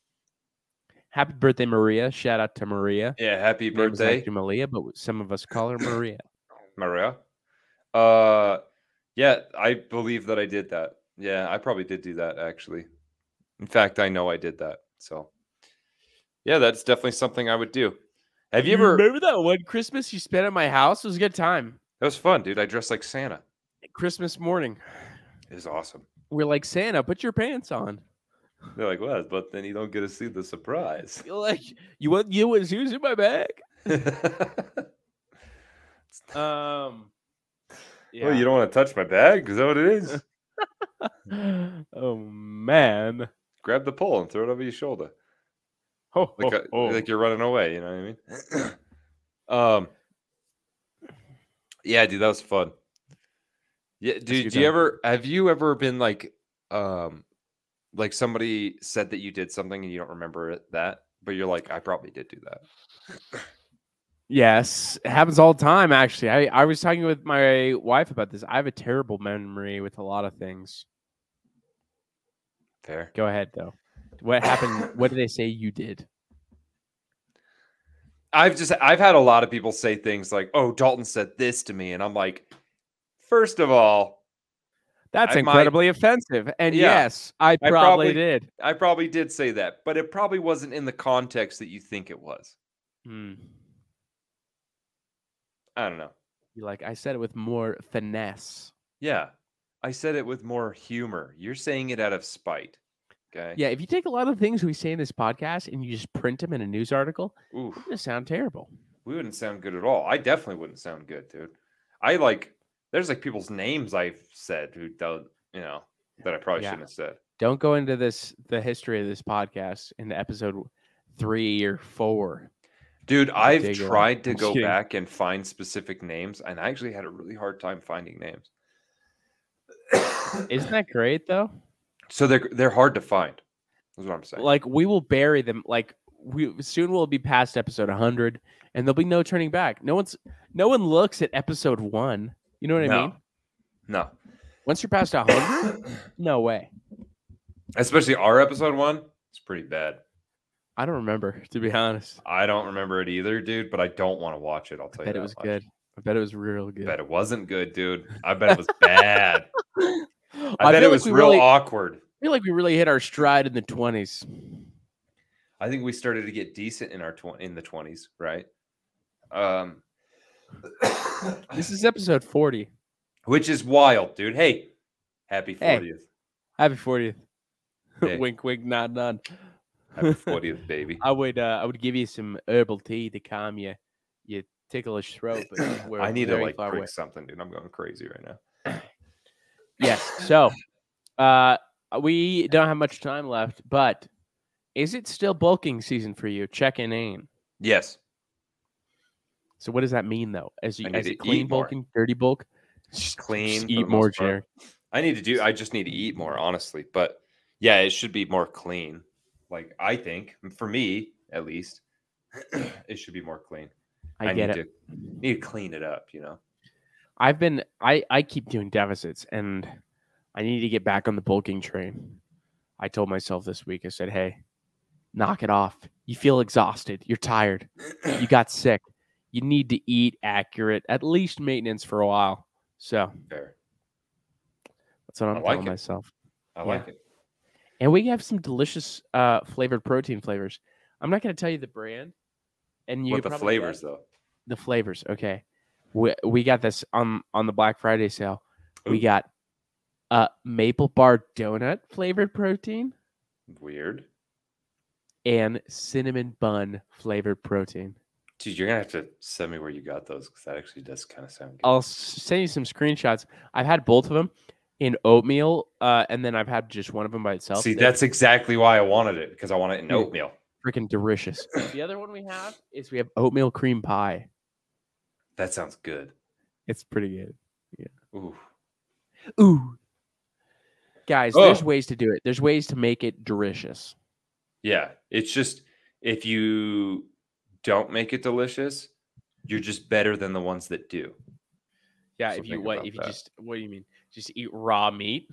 Speaker 1: Happy birthday, Maria. Shout out to Maria.
Speaker 2: Yeah, happy
Speaker 1: Her name is
Speaker 2: birthday,
Speaker 1: actually Malia, but some of us call her Maria.
Speaker 2: Maria. Uh, yeah, I believe that I did that. Yeah, I probably did do that actually. In fact, I know I did that. So, yeah, that's definitely something I would do. Have you ever? That
Speaker 1: remember that one Christmas you spent at my house? It was a good time.
Speaker 2: was fun, dude. I dressed like Santa.
Speaker 1: Christmas morning.
Speaker 2: It was awesome.
Speaker 1: We're like, Santa, put your pants on.
Speaker 2: They're like, well, but then you don't get to see the surprise.
Speaker 1: You're like, you want you want shoes in my bag? Um
Speaker 2: Well, you don't want to touch my bag? Is that what it is?
Speaker 1: oh man.
Speaker 2: Grab the pole and throw it over your shoulder.
Speaker 1: Ho,
Speaker 2: Like,
Speaker 1: ho,
Speaker 2: uh,
Speaker 1: ho.
Speaker 2: like you're running away, you know what I mean? um Yeah, dude, that was fun. Yeah,
Speaker 1: good
Speaker 2: dude, do you
Speaker 1: time.
Speaker 2: ever have you ever been like um like somebody said that you did something and you don't remember it, that, but you're like, I probably did do that.
Speaker 1: Yes, it happens all the time. Actually, I, I was talking with my wife about this. I have a terrible memory with a lot of things.
Speaker 2: Fair.
Speaker 1: Go ahead though. What happened? what did they say you did?
Speaker 2: I've just I've had a lot of people say things like, "Oh, Dalton said this to me," and I'm like, first of all,
Speaker 1: That's
Speaker 2: I might-
Speaker 1: incredibly offensive. And
Speaker 2: Yeah.
Speaker 1: yes, I probably,
Speaker 2: probably-
Speaker 1: did.
Speaker 2: I probably did say that, but it probably wasn't in the context that you think it was.
Speaker 1: Hmm.
Speaker 2: I don't know.
Speaker 1: You're like I said it with more finesse.
Speaker 2: Yeah, I said it with more humor. You're saying it out of spite. Okay.
Speaker 1: Yeah, if you take a lot of things we say in this podcast and you just print them in a news article,
Speaker 2: Oof,
Speaker 1: it's gonna sound terrible.
Speaker 2: we wouldn't sound good at all. I definitely wouldn't sound good, dude. I like there's like people's names I've said who don't, you know, that I probably
Speaker 1: Yeah.
Speaker 2: shouldn't have said.
Speaker 1: Don't go into this the history of this podcast in episode three or four.
Speaker 2: Dude, I've
Speaker 1: dig it.
Speaker 2: tried to
Speaker 1: I'm
Speaker 2: go
Speaker 1: kidding.
Speaker 2: back and find specific names, and I actually had a really hard time finding names.
Speaker 1: Isn't that great though?
Speaker 2: so they're they're hard to find. Is what I'm saying.
Speaker 1: Like we will bury them. Like we soon will be past episode 100, and there'll be no turning back. No one's no one looks at episode one. You know what I
Speaker 2: no,
Speaker 1: mean?
Speaker 2: no,
Speaker 1: Once you're past 100, no way.
Speaker 2: especially our episode one. It's pretty bad.
Speaker 1: I don't remember to be honest.
Speaker 2: I don't remember it either, dude. But I don't want to watch it. I'll tell
Speaker 1: I bet
Speaker 2: you that
Speaker 1: it was
Speaker 2: much.
Speaker 1: good. I bet it was real good.
Speaker 2: I bet it wasn't good, dude. I bet it was bad.
Speaker 1: I,
Speaker 2: I, bet
Speaker 1: feel
Speaker 2: it
Speaker 1: like
Speaker 2: was
Speaker 1: we
Speaker 2: real
Speaker 1: really-
Speaker 2: awkward.
Speaker 1: I feel like we really hit our stride in the 20s.
Speaker 2: I think we started to get decent in our tw- in the twenties, right? Um,
Speaker 1: This is episode 40.
Speaker 2: which is wild, dude. Hey, happy
Speaker 1: Hey.
Speaker 2: fortieth,
Speaker 1: Happy 40th.
Speaker 2: Hey.
Speaker 1: wink, wink, nod, nod.
Speaker 2: happy fortieth, baby.
Speaker 1: I would, uh, I would give you some herbal tea to calm your your ticklish throat. But we're
Speaker 2: I need to
Speaker 1: very
Speaker 2: like
Speaker 1: far
Speaker 2: drink
Speaker 1: away.
Speaker 2: something, dude. I'm going crazy right now.
Speaker 1: Yes. So, uh, we don't have much time left, but is it still bulking season for you? Checking in.
Speaker 2: Yes,
Speaker 1: So, what does that mean though? As you
Speaker 2: need
Speaker 1: as
Speaker 2: to
Speaker 1: it clean
Speaker 2: eat more.
Speaker 1: bulking, dirty bulk, just
Speaker 2: clean. for the
Speaker 1: eat
Speaker 2: most
Speaker 1: more,
Speaker 2: part.
Speaker 1: Jared.
Speaker 2: I need to do. I just need to eat more, honestly. But yeah, it should be more clean. Like I think for me, at least, it should be more clean.
Speaker 1: I, get it.
Speaker 2: need to need to clean it up. You know.
Speaker 1: I've been I I keep doing deficits and I need to get back on the bulking train. I told myself this week I said, "Hey, knock it off. You feel exhausted. You're tired. You got sick. You need to eat accurate, at least maintenance for a while." So,
Speaker 2: Fair.
Speaker 1: that's what I'm
Speaker 2: I like
Speaker 1: telling
Speaker 2: it.
Speaker 1: myself.
Speaker 2: I
Speaker 1: Yeah.
Speaker 2: like it.
Speaker 1: And we have some delicious uh flavored protein flavors. I'm not going to tell you the brand and you
Speaker 2: What
Speaker 1: could
Speaker 2: the
Speaker 1: probably
Speaker 2: flavors
Speaker 1: guess
Speaker 2: though?
Speaker 1: the flavors. Okay. We we got this on on the Black Friday sale. We
Speaker 2: Ooh.
Speaker 1: got uh maple bar donut flavored protein
Speaker 2: Weird.
Speaker 1: and cinnamon bun flavored protein.
Speaker 2: Dude, you're gonna have to send me where you got those because that actually does kind of sound good.
Speaker 1: I'll s- send you some screenshots. I've had both of them in oatmeal, uh, and then I've had just one of them by itself.
Speaker 2: See,
Speaker 1: They're
Speaker 2: that's exactly why I wanted it because I want it in
Speaker 1: Dude.
Speaker 2: oatmeal.
Speaker 1: freaking delicious. the other one we have is we have oatmeal cream pie.
Speaker 2: That sounds good.
Speaker 1: It's pretty good.
Speaker 2: Ooh,
Speaker 1: Ooh. Guys, there's
Speaker 2: Oh.
Speaker 1: ways to do it. There's ways to make it delicious.
Speaker 2: yeah. It's just if you don't make it delicious, you're just better than the ones that do.
Speaker 1: Yeah,
Speaker 2: So
Speaker 1: if you
Speaker 2: think
Speaker 1: what
Speaker 2: about
Speaker 1: if you
Speaker 2: that.
Speaker 1: just what do you mean? Just eat raw meat?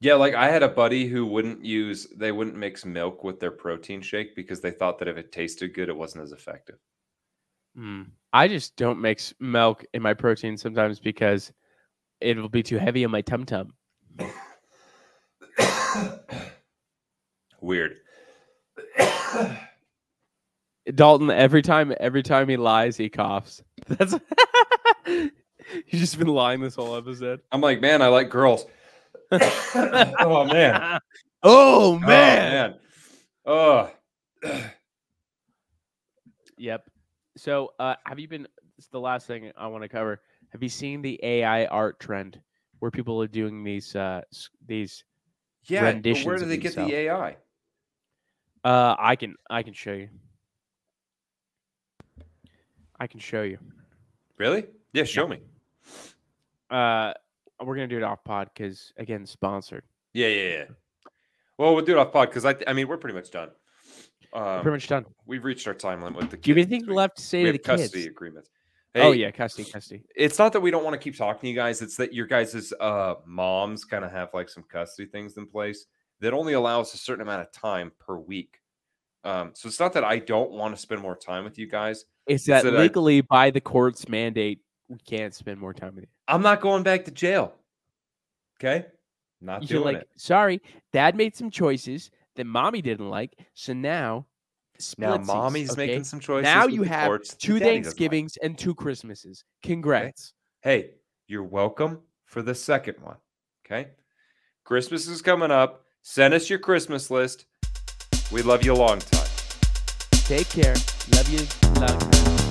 Speaker 2: Yeah, like I had a buddy who wouldn't use they wouldn't mix milk with their protein shake because they thought that if it tasted good, it wasn't as effective.
Speaker 1: Mm. I just don't mix milk in my protein sometimes because it'll be too heavy on my tum tum.
Speaker 2: Weird.
Speaker 1: Dalton, every time, every time he lies, he coughs. That's he's just been lying this whole episode.
Speaker 2: I'm like, man, I like girls. oh man.
Speaker 1: oh
Speaker 2: Oh,
Speaker 1: man.
Speaker 2: Oh,
Speaker 1: Yep. So, uh, have you been? It's the last thing I want to cover. Have you seen the AI art trend where people are doing these? Uh, s- these.
Speaker 2: yeah. But where
Speaker 1: Renditions
Speaker 2: do
Speaker 1: of
Speaker 2: they get
Speaker 1: themselves.
Speaker 2: the AI?
Speaker 1: Uh, I can I can show you. I can show you.
Speaker 2: Really? Yeah, show me.
Speaker 1: uh we're gonna do it off pod because again sponsored
Speaker 2: Yeah, yeah, yeah. Well, we'll do it off pod because I, th- I mean, we're pretty much done.
Speaker 1: We're
Speaker 2: Um,
Speaker 1: pretty much done
Speaker 2: We've reached our time limit with the.
Speaker 1: do you have
Speaker 2: kids
Speaker 1: anything
Speaker 2: this week.
Speaker 1: left to say
Speaker 2: We
Speaker 1: to
Speaker 2: have
Speaker 1: the
Speaker 2: custody
Speaker 1: kids
Speaker 2: agreements.
Speaker 1: oh
Speaker 2: Hey,
Speaker 1: yeah custody custody
Speaker 2: it's not that we don't want to keep talking to you guys. It's that your guys' uh, moms kind of have like some custody things in place that only allows a certain amount of time per week. Um, so it's not that I don't want to spend more time with you guys.
Speaker 1: It's that,
Speaker 2: that I-
Speaker 1: legally, by the court's mandate, we can't spend more time with you.
Speaker 2: I'm not going back to jail. Okay, not
Speaker 1: You're
Speaker 2: doing
Speaker 1: like,
Speaker 2: it.
Speaker 1: sorry, dad made some choices that mommy didn't like, so now
Speaker 2: Now,
Speaker 1: splitsies,
Speaker 2: mommy's
Speaker 1: okay?
Speaker 2: making some choices.
Speaker 1: Now
Speaker 2: with
Speaker 1: you
Speaker 2: the
Speaker 1: have
Speaker 2: courts that
Speaker 1: two
Speaker 2: daddy doesn't like.
Speaker 1: Thanksgivings and two Christmases. Congrats.
Speaker 2: Hey, you're welcome for the second one. Okay, Christmas is coming up. Send us your Christmas list. We love you a long time.
Speaker 1: Take care. Love you. Love you.